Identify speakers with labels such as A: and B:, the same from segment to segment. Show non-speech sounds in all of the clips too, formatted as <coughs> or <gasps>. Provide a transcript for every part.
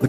A: The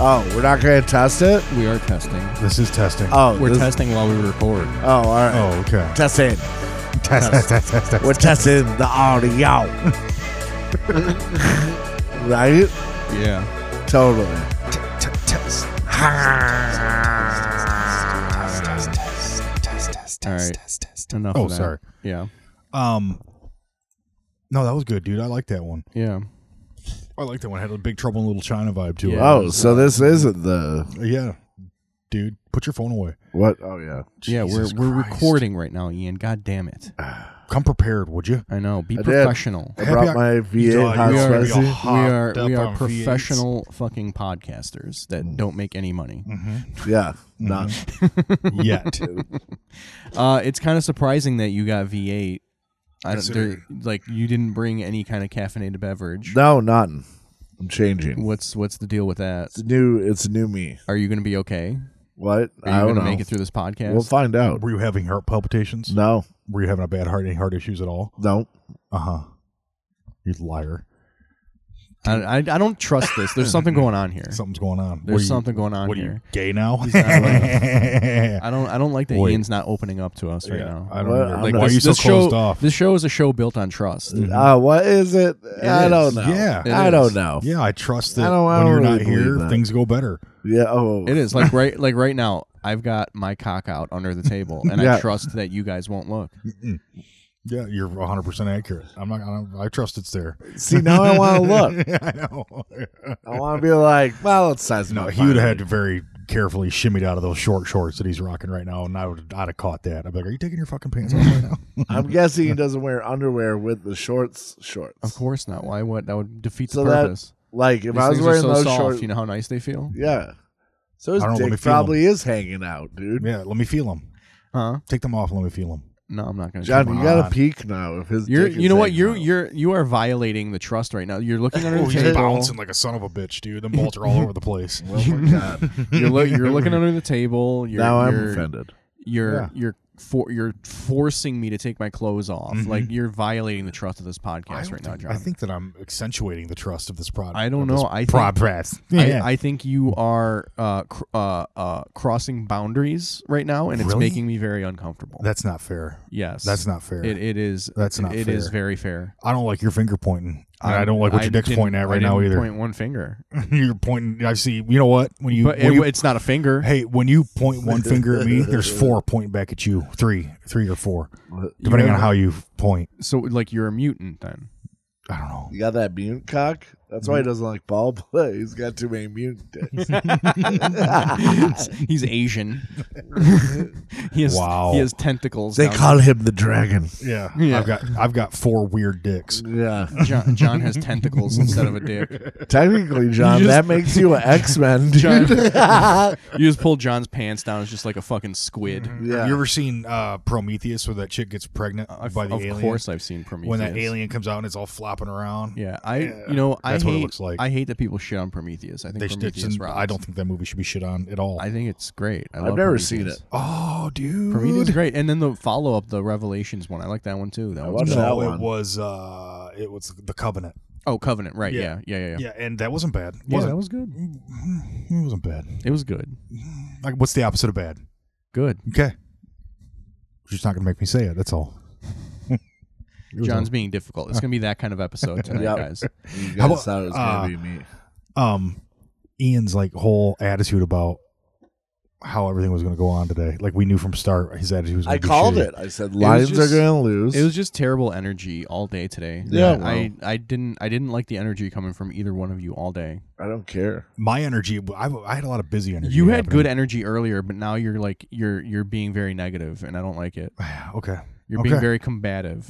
B: Oh, we're not going to test it?
C: We are testing.
D: This is testing.
B: Oh,
C: We're
B: this-
C: testing while we record.
B: Oh, all right.
D: Oh, okay.
B: Testing.
D: Test, test, test, test, test.
B: We're testing the audio. <laughs> right?
C: Yeah.
B: Totally.
C: All right. Enough.
D: Oh,
C: of that.
D: sorry.
C: Yeah.
D: Um, no, that was good, dude. I like that one.
C: Yeah.
D: I like that one. It had a big trouble in Little China vibe to
C: Yeah.
B: Oh, so this isn't the
D: it. Yeah, dude, put your phone away.
B: what? Oh yeah.
C: yeah. We're
D: Jesus
C: we're
D: Christ.
C: recording right now, Ian. God damn it.
D: Come prepared, would you?
C: I know. Be
B: Uh, I did.
C: professional.
B: I
D: Happy
B: brought
D: Oc-
B: my V8
D: Dog,
B: hot
D: you
C: We
D: It's
C: are,
D: gonna be all
C: we
B: spicy.
C: are,
D: hopped
C: we
D: up
C: are
D: on
C: professional fucking podcasters
B: Mm.
C: that don't make any money.
B: Yeah,
C: Mm-hmm.
B: not
D: Yet,
C: Uh, it's kind of surprising that you got V8. I don't,
D: Consider-
C: there- like you didn't bring any kind of caffeinated beverage.
B: no, nothing. I'm changing.
C: What's what's the deal with that?
B: It's new. It's new me.
C: Are you going to be okay?
B: What?
C: Are
B: I
C: you
B: don't
C: going to
B: know.
C: make it through this podcast?
B: We'll find
D: <laughs>
B: out.
D: were you having heart palpitations?
B: No,
D: Were you having a bad heart, any heart issues at all?
B: no.
D: Uh huh. You liar.
C: I, I, I don't trust this.
B: <laughs>
C: There's something going on here.
D: Something's going on. Were
C: There's
D: you-
C: something going on
D: What are you
C: here.
D: gay now? <laughs>
C: I don't I don't like that
D: Wait.
C: Ian's not opening up to us right
D: Yeah,
C: now.
D: I don't
B: What?
D: know.
B: I'm
D: Like,
B: not-
D: why are you so
C: this
D: closed
C: show,
D: off?
C: This show is a show built on trust.
B: Uh, what is it? I
C: Mm-hmm.
B: don't
C: is.
B: know.
D: Yeah. It
B: I
C: is.
B: don't know.
D: yeah, I trust that
B: I don't- I
D: when you're
B: don't
D: not
B: really believe
D: here,
B: that.
D: things go better.
B: Yeah. Oh,
C: It is like right like right now. I've got my cock out under the table, and I
B: Yeah.
C: trust that you guys won't look.
D: Yeah, you're 100 percent accurate. I'm not. I, don't, I trust it's there.
B: See, now I want to
C: <laughs>
D: <laughs>
B: look.
D: I know.
B: I want to be like, well, it's size.
D: No,
B: my
D: he would have
B: body.
D: had to very carefully shimmied out of those short shorts that he's rocking right now, and I would I'd have caught that. I'd be like, "Are you taking your fucking pants off right <laughs> now?"
B: I'm guessing he doesn't wear underwear with the shorts. Shorts.
C: Of course not. Why would that would defeat
B: So
C: the
B: that-
C: purpose?
B: Like if
C: These
B: I was
C: things
B: wearing
C: are so
B: those
C: soft.
B: shorts.
C: You know how nice they feel,
B: Yeah. So his
D: I don't know, let me
B: dick
D: feel
B: probably is hanging out, dude.
D: yeah, let me feel them.
C: huh?
D: Take them off. Let me feel them.
C: No, I'm not gonna.
B: John,
D: Come
B: you
D: on.
B: gotta peek now. If his
C: you're,
B: dick
C: you
B: is
C: know what?
B: hanging
C: You're,
B: out.
C: you're, you are violating the trust right now. You're
B: <laughs>
C: looking under
D: Oh,
C: the
D: he's
C: table.
D: bouncing like a son of a bitch, dude. The bolts are all over the
C: <laughs>
D: place.
B: Oh my God.
C: You're, lo-
B: <laughs>
C: you're looking under the table. You're,
B: now I'm
C: you're-
B: offended.
C: You're,
D: Yeah.
C: you're, for, you're forcing me to take my clothes off. Like you're violating the trust of this
D: Mm-hmm. I,
C: podcast
D: don't
C: right now,
D: think-
C: John.
D: I think that I'm accentuating the trust of this product.
C: I don't
D: of this
C: know. I think-
D: progress. Yeah.
C: <laughs> I, I think you are uh, cr- uh, uh, crossing boundaries right now, and it's
D: Really?
C: making me very uncomfortable.
D: that's not fair.
C: yes,
D: That's not fair.
C: It, it is.
D: That's not
C: It is
D: fair.
C: very fair.
D: I don't like your finger pointing. I, I don't like what your dick's
C: didn't-
D: pointing at
C: I
D: right now
C: didn't
D: either.
C: Point one finger,
D: <laughs> You're pointing. I see. You know what? When you,
C: but
D: when
C: it,
D: you
C: it's not a finger.
D: Hey, when you point
C: <laughs>
D: one finger at me, there's four pointing back at you. Three, three or four, depending on how you point.
C: So like you're a
D: <laughs>
C: mutant then. <laughs>
D: I don't know.
B: You got that mute cock? That's why he doesn't like ball <laughs> play. He's got too many mute dicks.
D: <laughs>
C: He's Asian. <laughs> he has
D: Wow.
C: he has tentacles.
B: they
C: down-
B: call him the dragon.
D: Yeah,
C: Yeah.
D: I've got I've got four weird dicks.
B: Yeah.
C: John, John has tentacles instead of a dick.
B: Technically, John,
C: You just-
B: that makes you an X
D: <laughs>
B: Men, dude. yeah.
C: <laughs> You just pull John's pants down. It's just like a fucking squid.
D: Have you ever seen uh, Prometheus where that chick gets pregnant
C: I've-
D: by the
C: of
D: alien?
C: course, I've seen Prometheus.
D: When that alien comes out and it's all flopping around.
C: Yeah, I you know I
D: That's
C: hate
D: what it looks like.
C: I hate that people shit on Prometheus. I think
D: They should-
C: Prometheus
D: it's-
C: rocks.
D: I don't think that movie should be shit on at all.
C: I think it's great. I
B: I've
C: love
B: never
C: Prometheus.
B: seen it.
D: oh, dude.
C: Prometheus is great, and then the follow up, the Revelations one. I like that one too. That
B: I
C: one's
B: watched
D: No,
B: that
D: it
B: one.
D: was uh, it was the Covenant.
C: oh Covenant, right? Yeah,
D: Yeah.
C: yeah, yeah, yeah.
D: Yeah, and that wasn't bad.
C: Yeah,
D: Wasn't-
C: that was good.
D: it wasn't bad.
C: It was good.
D: Like, what's the opposite of bad?
C: Good.
D: Okay. She's not going to make me say it. That's all. It was
C: John's being difficult. It's gonna be that kind
B: <laughs>
C: of episode tonight,
B: Yep.
C: guys.
B: You guys
D: How about-
B: thought it was going to
D: uh,
B: be me.
D: all- um, Ian's like whole attitude about how everything was going to go on today. Like we knew from start, his attitude was.
B: I
D: gonna be
B: called
D: shitty.
B: it. I said Lions
C: just-
B: are gonna lose.
C: It was just terrible energy all day today.
B: Yeah,
C: I- I, I didn't I didn't like the energy coming from either one of you all day.
B: I don't care.
D: My energy, I, I had a lot of busy energy.
C: You had good
D: happening.
C: energy earlier, but now you're like you're you're being very negative, and I don't like it.
D: <sighs> okay.
C: You're being
D: Okay. <laughs>
C: very combative.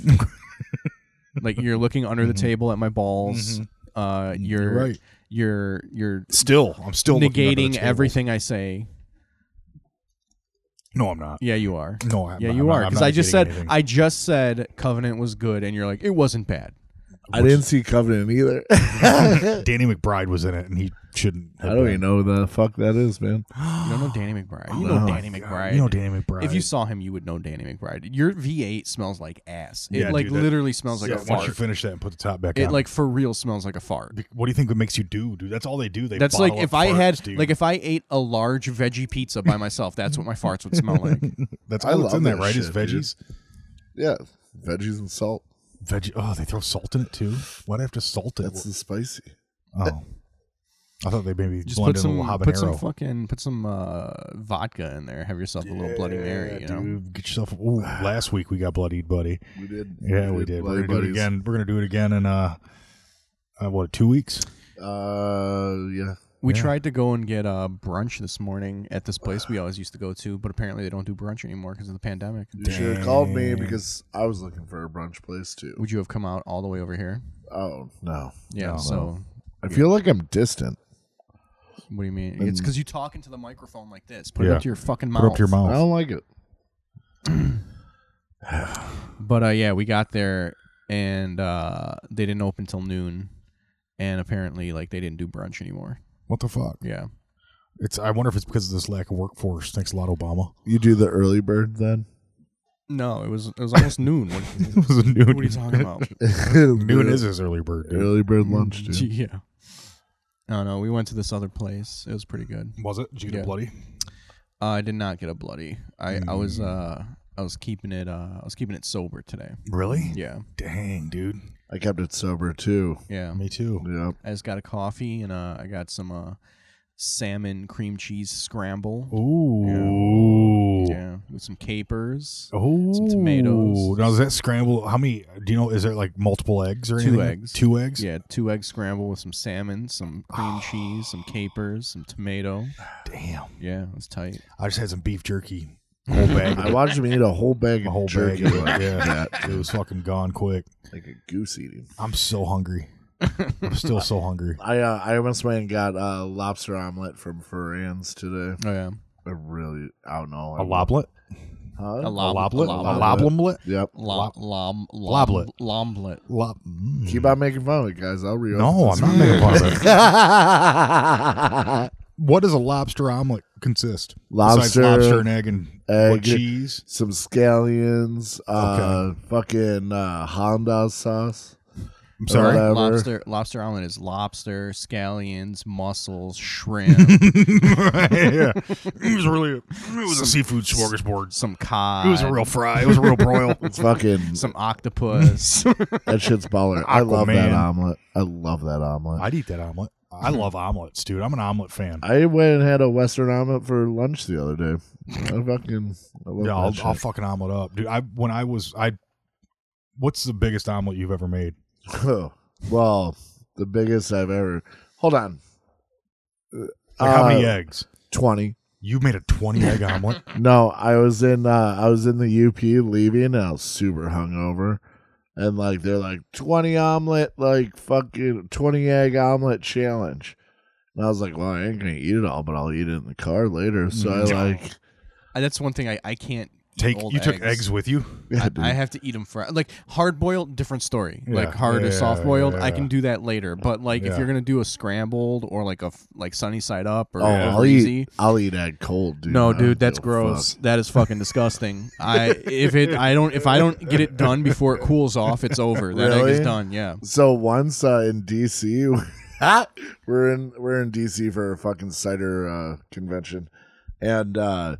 C: like you're looking under the
D: Mhm.
C: table at my balls.
D: Mhm.
C: Uh, you're
D: You're right.
C: You're you're
D: Still, I'm still looking under the
C: negating
D: tables.
C: everything I say.
D: No, I'm not.
C: Yeah, you are.
D: No, I'm
C: Yeah,
D: not.
C: you
D: I'm
C: are.
D: not- I'm
C: Because
D: not
C: I just said
D: negating anything.
C: I just said Covenant was good, and you're like it wasn't bad.
B: I didn't see Covenant either. <laughs> I
D: Danny McBride was in it, and he shouldn't. Have
B: don't
D: been.
B: even know who the fuck that is, man.
C: You
D: <gasps>
C: don't know Danny McBride. You
D: Oh
C: know
D: my
C: Danny
D: God.
C: McBride.
D: You know Danny McBride.
C: If you saw him, you would know Danny McBride. Your V8 smells like ass. It
D: Yeah,
C: like
D: dude, that-
C: literally smells like
D: Yeah,
C: a
D: once
C: fart.
D: you finish that and put the top back
C: It
D: on,
C: like for real smells like a fart.
D: what do you think it makes you do, dude? That's all they do. They
C: That's like
D: bottle
C: if
D: up
C: I
D: farts,
C: had
D: dude.
C: like if I ate a large veggie pizza by myself, that's what my farts would smell
D: <laughs>
C: like.
D: that's
B: I
D: all that's
B: love
D: in that
B: that
D: right? Is
B: shit, dude.
D: veggies,
B: Yeah, veggies and salt.
D: veggie. Oh, they throw salt in it too. Why do I have to salt it?
B: That's the spicy.
D: oh, I thought they maybe
C: Just
D: blend
C: put
D: in a
C: some
D: little habanero.
C: put some fucking put some uh, vodka in there. Have yourself a little Bloody Mary. You know,
D: Dude, get yourself. a-
B: <sighs>
D: Ooh, last week we got bloodied, buddy.
B: We did.
D: Yeah, we did. We're gonna
B: Bloody
D: do it
B: Buddies.
D: again. We're gonna do it again in uh, uh what two weeks?
B: Uh, yeah.
C: we
D: Yeah.
C: tried to go and get uh, brunch this morning at this place we always used to go to, but apparently they don't do brunch anymore because of the pandemic.
B: You should have called me because I was looking for a brunch place too.
C: Would you have come out all the way over here?
B: Oh no,
C: Yeah.
D: No.
C: so
B: I feel like I'm distant.
C: what do you mean? it's because you talk into the microphone like this. Put it
D: Yeah.
C: up to your fucking mouth.
D: Put up to your
B: I
D: mouth.
B: don't like it.
C: But uh, yeah, we got there and uh, they didn't open till noon, and apparently like they didn't do brunch anymore.
D: What the fuck?
C: Yeah.
D: It's. I wonder if it's because of this lack of workforce. Thanks a lot, Obama.
B: <laughs> You do the early bird <laughs> then.
C: No, it was it was
D: <laughs>
C: almost noon. What,
D: it was a noon.
C: what are you
D: <laughs>
C: talking about?
D: Noon
B: Noon
D: is his early bird. Dude.
B: early bird lunch, dude.
C: <laughs> yeah. I don't know. We went to this other place. It was pretty good.
D: Was it? Did you get
C: Yeah.
D: bloody?
C: Uh, I did not get a bloody. I, I was
D: Mm.
C: uh I was keeping it uh I was keeping it sober today.
D: Really?
C: Yeah.
D: Dang, dude.
B: I kept it sober too.
C: Yeah.
D: Me too.
B: Yeah.
C: I just got a coffee and uh, I got some uh salmon cream cheese scramble.
D: Ooh.
C: Yeah, with some capers.
D: Oh,
C: Some tomatoes.
D: Now, is that scramble? How many? Do you know? Is there like multiple eggs or
C: Two
D: anything?
C: eggs.
D: Two eggs.
C: Yeah, two egg scramble with some salmon, some cream cheese, some capers, some tomato.
D: Damn.
C: Yeah, it was tight.
D: I just had some beef jerky. Whole bag.
B: <laughs> I watched him eat a whole bag
D: a
B: of
D: whole
B: jerky
D: bag.
B: like
D: Of it. Yeah.
B: that,
D: It was fucking gone quick.
B: like a goose eating.
D: I'm so hungry. I'm still so hungry.
B: I uh, I almost went and got a lobster omelet from Ferran's today.
C: Oh yeah,
B: I really, I don't know.
D: A loblet?
B: Huh?
C: a
D: A Hmm.
C: lob,
D: loblet? A
C: lob,
D: loblet?
B: Yep.
C: lob, lob,
D: Loblet. <laughs>
C: lob, lomblet.
D: Lob. mm.
B: Keep on making fun of it, guys. I'll reopen.
D: No, I'm
B: this.
D: not making fun of it.
B: not.
D: What does a lobster omelet consist? Besides
B: lobster,
D: lobster and egg and what,
B: egg,
D: cheese.
B: some scallions, uh, fucking uh, Honda
D: <laughs>
B: sauce. uh,
D: I'm sorry.
B: Whatever.
C: Lobster, lobster omelet is lobster, scallions,
D: <laughs>
C: mussels, shrimp,
D: yeah, it was really. It was a seafood smorgasbord.
C: some cod,
D: It was a real fry. It was a real broil.
B: It's fucking
C: some
D: <laughs>
C: octopus.
B: that shit's baller. I love
D: Aquaman.
B: that omelet. I love that omelet.
D: <laughs> I'd eat that omelet. I love omelets, dude. I'm an omelet fan.
B: I, went and had a Western omelet for lunch the other day. I fucking I love
D: yeah,
B: that
D: I'll,
B: shit.
D: I'll fucking omelet up, dude. I when I was I. What's the biggest omelet you've ever made?
B: <coughs> well, the biggest I've ever. Hold on.
D: Like how many
B: Uh,
D: eggs?
B: Twenty.
D: You made a 20 egg omelet.
B: No, I was in uh, I was in the UP leaving and I was super hungover. And like they're like twenty omelet, like fucking twenty egg omelet challenge. And I was like, Well, I ain't gonna eat it all, but I'll eat it in the car later. So
C: Mm.
B: I like <laughs>
C: Uh, That's one thing I, I can't eat
D: Take
C: old
D: you took eggs with you.
B: Yeah,
C: I,
B: dude.
C: I have to eat them fresh. Like hard boiled, different story.
D: Yeah.
C: Like hard
D: Yeah,
C: or soft boiled, I
D: yeah.
C: can do that later. But like
D: Yeah.
C: if you're gonna do a scrambled or like a f- like sunny side up or
B: Oh, I'll
C: over easy.
B: eat I'll eat egg cold, dude. I
C: No,
B: don't
C: dude, that's
B: give a fuck.
C: gross. That is fucking disgusting. I if it I don't if I don't get it done before it cools off, it's over. That egg is
B: Really?
C: done. Yeah.
B: So once uh, in DC, <laughs> we're in we're in DC for a fucking cider uh, convention, and uh,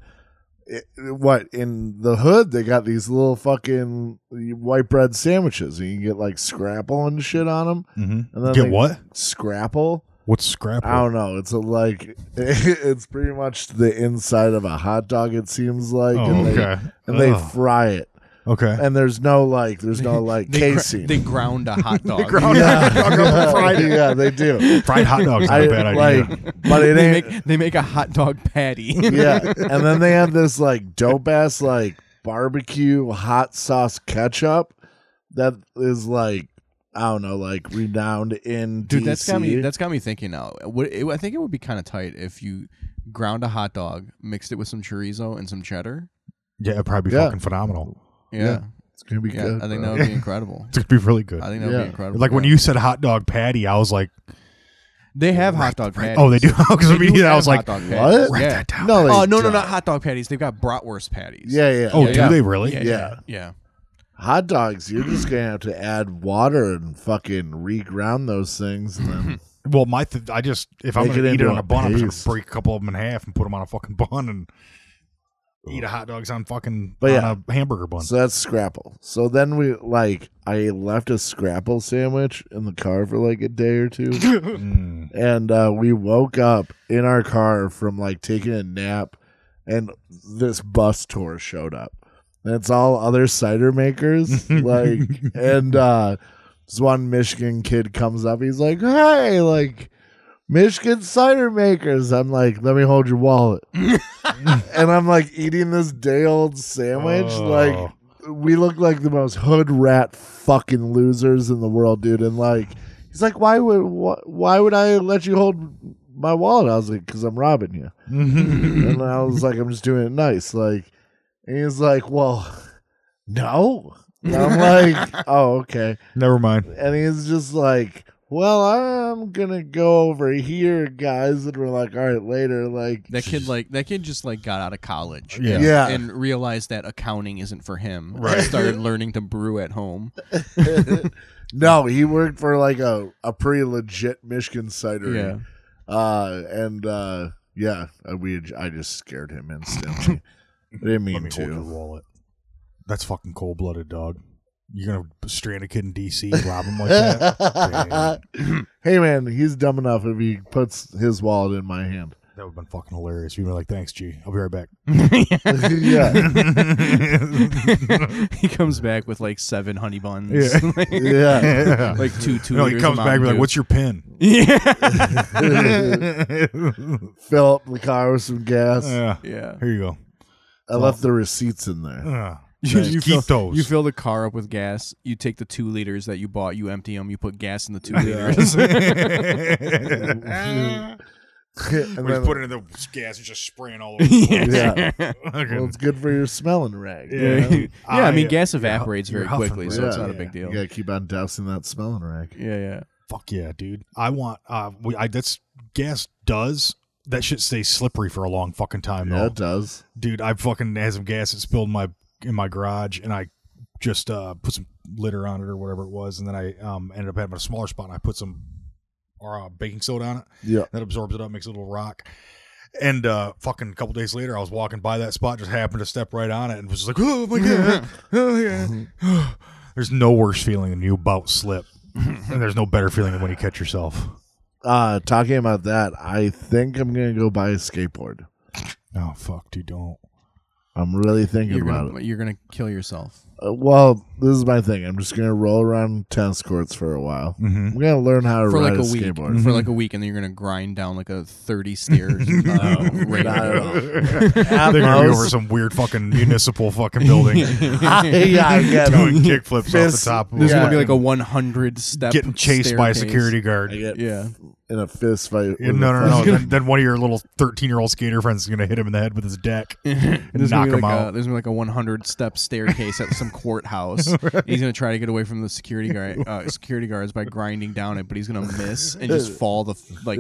B: it, what in the hood they got these little fucking white bread sandwiches. And you can get like scrapple and shit on them,
D: Mm-hmm.
B: and then
D: Get
B: they-
D: what?
B: scrapple.
D: What's scrapper?
B: I don't know. It's a, like <laughs> it's pretty much the inside of a hot dog. It seems like,
D: oh,
B: and, they,
D: okay.
B: and they
D: Ugh.
B: fry it, <laughs>
D: okay.
B: and there's no like, there's no like
C: They, gr-
B: casing. <laughs>
D: <laughs>
C: they ground a hot dog. <laughs>
D: ground-
B: yeah. yeah, they do.
D: Fried hot dogs. Not
B: I
D: a bad idea.
B: like,
D: <laughs>
B: but it
C: they
B: ain't.
C: make they make a hot dog patty. <laughs>
B: yeah, and then they have this like dope ass like barbecue hot sauce ketchup that is like I don't know, like renowned in
C: Dude, that's
B: DC.
C: got me. That's got me thinking now. Would it, I think it would be kind of tight if you ground a hot dog, mixed it with some chorizo and some cheddar.
D: yeah, it'd probably be
B: Yeah.
D: fucking phenomenal.
C: Yeah,
B: Yeah,
C: yeah.
B: it's gonna be good.
C: I think
B: bro.
D: <laughs>
C: that would be incredible.
D: It's gonna be really good.
C: I think that would
B: Yeah.
C: be incredible.
D: Like when
C: yeah.
D: you said hot dog patty, I was like,
C: they have hot dog patties.
D: oh, they do. <laughs> Because
C: They do
D: immediately I
C: have
D: was like,
C: hot dog
B: what?
C: patties.
D: write
C: Yeah.
D: that down.
B: <laughs> No, they
C: Oh no, no,
B: don't.
C: not hot dog patties. They've got bratwurst patties.
B: Yeah, yeah.
D: oh,
B: yeah,
D: do
B: yeah.
D: they really?
C: Yeah,
B: Yeah.
C: yeah, yeah.
B: Hot dogs, you're just gonna have to add water and fucking reground those things. And
C: <laughs>
B: then,
D: Well, my th- I just if I'm
B: Make
D: gonna
B: it
D: eat it
B: into
D: on
B: a
D: a bun, I'm just
B: paste.
D: gonna break a couple of them in half and put them on a fucking <laughs> bun and eat a hot dogs on fucking
B: But
D: on
B: yeah.
D: a hamburger bun.
B: so that's Scrapple. So then we like I left a Scrapple sandwich in the car for like a day or two.
C: <laughs>
D: Mm. <laughs>
B: and uh, we woke up in our car from like taking a nap, and this bus tour showed up. And it's all other cider makers, like, and uh, this one Michigan kid comes up. He's like, "Hey, like." Michigan cider makers. I'm like, let me hold your wallet. and I'm like eating this day old sandwich.
D: Oh.
B: Like, we look like the most hood rat fucking losers in the world, dude. And like, he's like, why would wh- why would I let you hold my wallet? I was like, because I'm robbing you. and I was like, I'm just doing it nice. Like, and he's like, well, no. And I'm like, oh, okay.
D: Never mind.
B: And he's just like, well, I'm gonna go over here, guys. And we're like, all right, later. Like,
C: That kid, like that kid, just like got out of college.
D: Yeah.
C: and-
B: Yeah.
C: and realized that accounting isn't for him.
D: Right.
C: Right, started learning to brew at home.
B: <laughs> no, he worked for like a a pretty legit Michigan cidery.
C: Yeah.
B: Uh, and uh, yeah, uh, we had- I just scared him
D: <laughs>
B: instantly. I didn't
D: Let
B: mean
D: me
B: <laughs>
D: hold your
B: to.
D: wallet. That's fucking cold blooded, dog. You're gonna strand a kid in D.C. and rob him like
C: <laughs>
D: that. Damn.
B: hey man, he's dumb enough if he puts his wallet in my
D: <laughs>
B: hand. <laughs>
D: That would have been fucking hilarious. You'd be like, "Thanks, G. I'll be right
C: <laughs>
D: back." <laughs>
B: yeah,
C: he comes back with like seven honey buns. <laughs>
D: Yeah.
B: yeah.
D: <laughs>
C: like two two.
D: no, he
C: liters
D: comes
C: of
D: back and be like,
C: Mountain Dew.
D: "What's your <laughs> pin?"
C: <laughs>
D: <laughs>
C: yeah,
B: Fill up the car with some gas.
D: Yeah.
C: yeah.
D: Here you go.
B: I left the receipts in there.
D: <laughs> Uh,
C: You,
D: Just
C: you
D: keep <laughs>
C: fill,
D: those.
C: you
D: <laughs>
C: fill the car up with gas. You take the two liters that you bought. You empty them. You put gas in the two
D: <laughs>
C: liters. <laughs>
B: and
D: We
B: then,
D: just put it in the gas and just spraying <laughs> all over. the place.
B: yeah,
D: <laughs> Fucking-
B: well, it's good for your smelling rag.
D: Yeah.
C: yeah,
D: <laughs>
C: I mean,
D: I-
C: gas evaporates
D: Ah, you're
C: very
D: huffing
C: quickly,
D: breath.
C: so it's
B: Yeah.
C: not a big
B: You
C: deal. Yeah,
B: gotta keep on dousing that smelling rag.
C: yeah. yeah.
D: Fuck yeah, dude. I want. Uh, we, I that's gas does that shit stays slippery for a long fucking time
B: Yeah,
D: though,
B: it does.
D: dude. I fucking had some gas that spilled in my in my garage, and I just uh put some litter on it or whatever it was, and then I um ended up having a smaller spot, and I put some uh, baking soda on it.
B: Yeah.
D: that absorbs it up, makes a little rock. And uh, fucking a couple days later, I was walking by that spot, just happened to step right on it, and was just like, "Oh my god, oh yeah." <sighs> there's no worse feeling than you about slip, and there's no better feeling than when you catch yourself.
B: Uh, talking about that, I think I'm gonna go buy a skateboard.
D: Oh fuck, dude, don't.
B: I'm really thinking
C: You're
B: about
C: gonna you're gonna kill yourself.
B: it. Uh, well, this is my thing. I'm just gonna roll around tennis courts for a while.
D: Mm-hmm.
B: I'm gonna learn how to
C: for
B: ride
C: like a,
B: a,
C: week,
B: skateboard.
C: for like a week, and then you're gonna grind down like a thirty stairs. uh,
B: <laughs>
C: <laughs> rate.
D: <laughs>
B: Not at all.
D: They're gonna be
B: most-
D: over some weird fucking municipal fucking building,
C: <laughs>
B: yeah, <laughs> I
D: <laughs>
B: get it.
D: doing kickflips off the
B: Fist-
D: top. Of
C: There's
B: Yeah.
C: gonna be like a 100
D: <laughs>
C: step.
D: getting chased by a
C: staircase.
D: security guard.
B: I get
C: Yeah,
B: in a fist fight.
D: No,
B: with
D: no,
B: a
D: no.
B: <laughs>
D: no.
B: friend.
D: then, then one of your little thirteen-year-old skater friends is gonna hit him in the head with his deck
C: <laughs>
D: and
C: there's
D: knock
C: gonna be
D: him
C: like
D: out.
C: A, there's gonna be like a 100 step staircase at
D: <laughs>
C: some courthouse. and He's gonna try to get away from the security guard, uh, security guards by grinding down it, but he's gonna miss
D: <laughs>
C: and just fall the f- like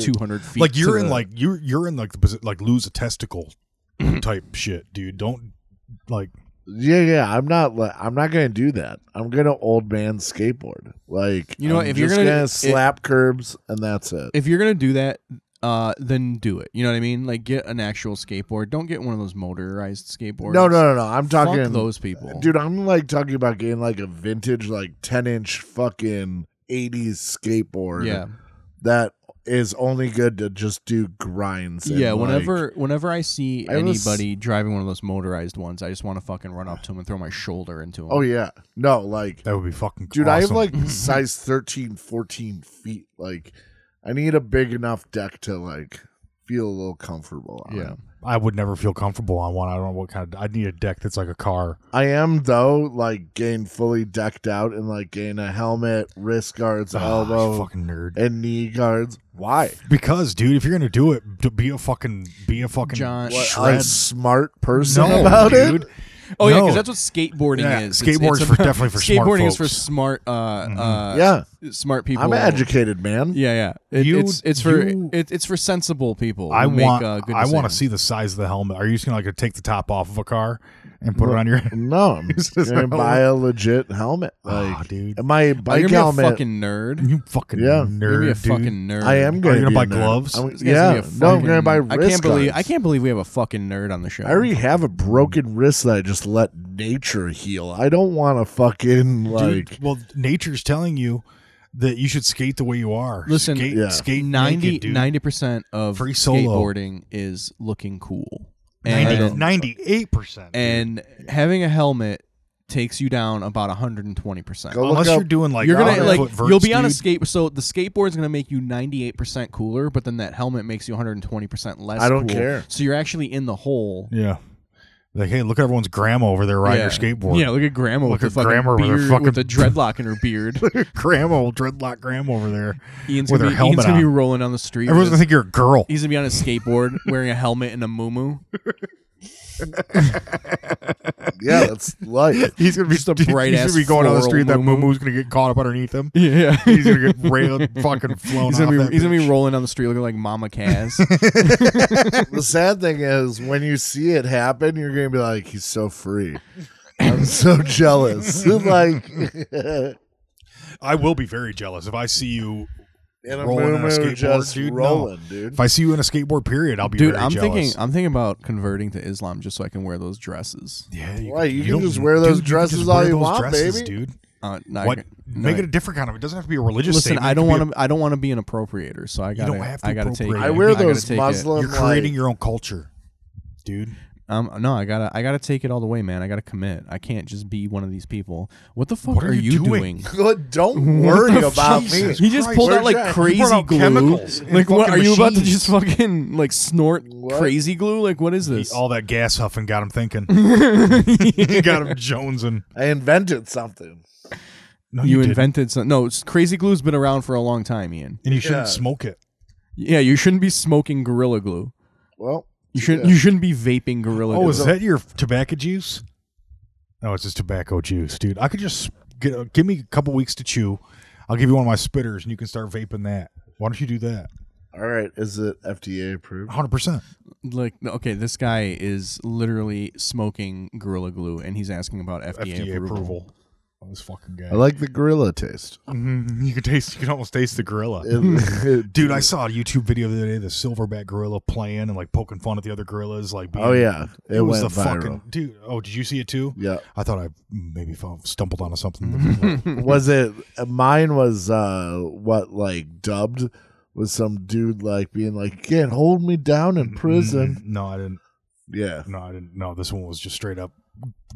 B: <laughs>
C: 200 feet.
D: like you're
C: to
D: in
C: the-
D: like you're you're in like the posi- like lose a testicle
C: <clears throat>
D: type shit, dude. Don't like
B: Yeah, yeah. I'm not. Like, I'm not gonna do that. I'm gonna old man skateboard. Like
C: You know what,
B: I'm
C: if you're
B: just
C: gonna- it-
B: slap curbs and that's it.
C: if you're gonna do that. Uh, then do it. You know what I mean? Like, get an actual skateboard. Don't get one of those motorized skateboards.
B: No, no, no, no. I'm talking
C: Fuck those people,
B: dude. I'm like talking about getting like a vintage, like 10 inch fucking 80s skateboard.
C: Yeah,
B: that is only good to just do grinds. and,
C: Yeah,
B: like-
C: whenever whenever I see
B: I was-
C: anybody driving one of those motorized ones, I just want to fucking run up to him and throw my shoulder into him.
B: oh yeah, no, like
D: That would be fucking
B: dude, I have
D: awesome.
C: <laughs>
B: like size 13, 14 feet. Like I need a big enough deck to like feel a little comfortable on.
C: Yeah.
B: it.
D: I would never feel comfortable on one. I don't know what kind of. I'd need a deck that's like a car.
B: I am though like getting fully decked out and like getting a helmet, wrist
C: Oh, Ah,
B: guards,
D: Ugh, Ah, you
B: elbow,
D: fucking nerd.
B: and knee guards. Why?
D: Because, dude, if you're gonna do it, d- be a fucking, be a fucking
C: John- What,
B: A
D: shred.
B: smart person
D: No,
B: about
D: dude.
B: it.
C: <laughs> Oh yeah,
D: No.
C: because that's what skateboarding
D: Yeah,
C: is.
D: skateboarding's
C: <laughs>
D: for- definitely for smart
C: skateboarding is for
D: folks.
C: smart, uh, uh,
B: Mm-hmm. Yeah,
C: smart people.
B: I'm an educated man.
C: Yeah, yeah. It,
D: You-
C: it's it's for
D: you-
C: it, it's for sensible people.
D: I
C: who make,
D: want.
C: Uh, good
D: I want to
C: decisions.
D: see the size of the helmet. Are you just gonna like take the top off of a car and put it
C: <laughs>
D: on your head?
B: No, I'm
D: It's just
B: gonna
D: a
B: buy a legit helmet. Like
D: Ah, dude,
C: um,
B: my
C: Are you
B: bike
C: gonna be a
B: helmet.
C: fucking nerd.
D: you fucking
B: Yeah.
D: nerd,
C: You're gonna be a
D: dude.
C: fucking nerd.
B: I am
D: Are
B: gonna,
D: you gonna
B: be a
D: buy
B: nerd.
D: gloves?
B: I'm-
C: This guy's gonna
B: yeah,
C: be a
B: no, I'm gonna
C: fucking-
B: buy
C: I
B: wrist
C: can't believe I
B: guards.
C: can't believe we have a fucking nerd on the show.
B: I already have a broken wrist that I just let nature heal. I don't want to fucking like.
D: dude, well, nature's telling you that you should skate the way you are.
C: Listen,
D: skate,
B: Yeah.
D: skate
C: 90
D: naked, dude.
C: 90% of
D: Free solo.
C: skateboarding is looking cool.
B: I
D: Ninety-
B: don't-
C: And,
D: 98 percent.
C: and having a helmet takes you down about 120%.
B: Go
D: unless
B: look
D: you're
B: up-
D: doing like
C: you're gonna
B: Garmin
D: 100
C: like
D: foot verts,
C: you'll be on a
D: dude.
C: skate so the skateboard's gonna make you 98% cooler but then that helmet makes you 120% less
B: I don't
C: cool.
B: care.
C: so you're actually in the hole
D: Yeah. Like, hey, look at everyone's grandma over there riding
C: yeah.
D: her skateboard. <laughs>
C: yeah look at grandma
D: Look
C: with
D: at
C: the fucking
D: grandma with her
C: beard
D: fucking-
C: with the dreadlock in her
D: <laughs>
C: beard
D: grandma, old dreadlock grandma over there.
C: Ian's,
D: With her
C: gonna be,
D: helmet
C: Ian's gonna be
D: on.
C: rolling down the street
D: Everyone's
C: with
D: gonna
C: his-
D: think you're a girl.
C: he's gonna be on a skateboard wearing a helmet and
D: <laughs>
C: a muumuu
B: Yeah, that's life.
D: He's gonna be
C: Just a
D: <laughs>
C: bright
D: he's
C: ass
D: gonna be going down the
C: floral
D: street. That
C: moo-moo.
D: moo-moo's gonna get caught up underneath him.
C: yeah
D: He's gonna get railed, fucking flown
C: He's gonna,
D: off
C: be,
D: that
C: he's gonna be
D: bitch.
C: rolling down the street looking
D: <laughs>
C: like Mama Kaz.
B: the sad thing is, when you see it happen, you're gonna be like, "He's so free." I'm so jealous.
D: <laughs>
B: <laughs> like
D: I will be very jealous if I see you.
B: in a
D: Rolling on a
B: moo
D: skateboard,
B: just
D: dude? No.
B: rolling, dude.
D: If I see you in a skateboard, period, I'll be
C: Dude,
D: very
C: I'm
D: jealous.
C: thinking uh, I'm thinking about converting to Islam just so I can wear those dresses.
D: Yeah, you,
B: Why, you can
D: don't-
B: just wear those
D: dude, can
B: dresses
D: just
B: all
D: wear
B: you
D: those
B: want,
D: dresses,
B: baby.
D: dude.
C: Uh, not-
D: What?
C: no,
D: Make
C: I-
D: it a different kind of. It doesn't have to be a religious.
C: Listen,
D: statement.
C: I
D: It
C: don't
D: could be a-
C: want to. I don't want to be an appropriator, so I got.
D: don't have to
C: I got to take.
D: appropriate.
C: It.
B: I wear
C: gotta
B: those
C: take it.
B: Muslim.
D: You're
B: like,
D: creating your own culture, dude.
C: Um, no, I gotta. I gotta take it all the way, man. I gotta commit. I can't just be one of these people. What the fuck
D: What are you
C: you
D: doing?
B: <laughs> Good, don't worry
D: <laughs>
B: about
D: Jesus
B: me.
C: He just pulled
B: Where's
C: out like
B: that?
D: You brought
C: crazy
D: out
C: glue.
D: chemicals and
C: Like, what
D: fucking
C: are you about to
D: machines.
C: just fucking like snort
B: What?
C: crazy glue? Like, what is this? <laughs>
D: All that gas huffing got him thinking. got him jonesing.
B: I invented something.
D: No,
C: you
D: Oh, didn't.
C: invented some. No, it's- crazy glue's been around for a long time, Ian.
D: and you shouldn't
B: Yeah.
D: smoke it.
C: Yeah, you shouldn't be smoking gorilla glue.
B: Well,
C: You shouldn't.
B: Yeah.
C: You shouldn't be vaping gorilla.
D: Oh,
C: glue.
D: is that your tobacco juice? No, it's just tobacco juice, dude. I could just get, uh, give me a couple weeks to chew. I'll give you one of my spitters, and you can start vaping that. Why don't you do that?
B: all right. Is it FDA approved?
D: Hundred percent.
C: Like okay, this guy is literally smoking gorilla glue, and he's asking about FDA,
D: FDA
C: approval.
D: approval. Oh, this fucking guy.
B: I like the gorilla taste.
D: Mhm. You can taste. You can almost taste the gorilla.
B: <laughs>
D: <laughs> Dude, I saw a YouTube video the other day, the silverback gorilla playing and like poking fun at the other gorillas, like being,
B: oh yeah, it,
D: it, was
B: went
D: the
B: viral.
D: fucking dude. Oh, did you see it too?
B: yeah.
D: I thought I maybe found, stumbled onto
B: <laughs>
D: something.
B: was it mine was uh what like dubbed was some dude like being like you can't hold me down in prison
D: <laughs> No, I didn't.
B: Mm-hmm. yeah
D: No, I didn't. No, this one was just straight up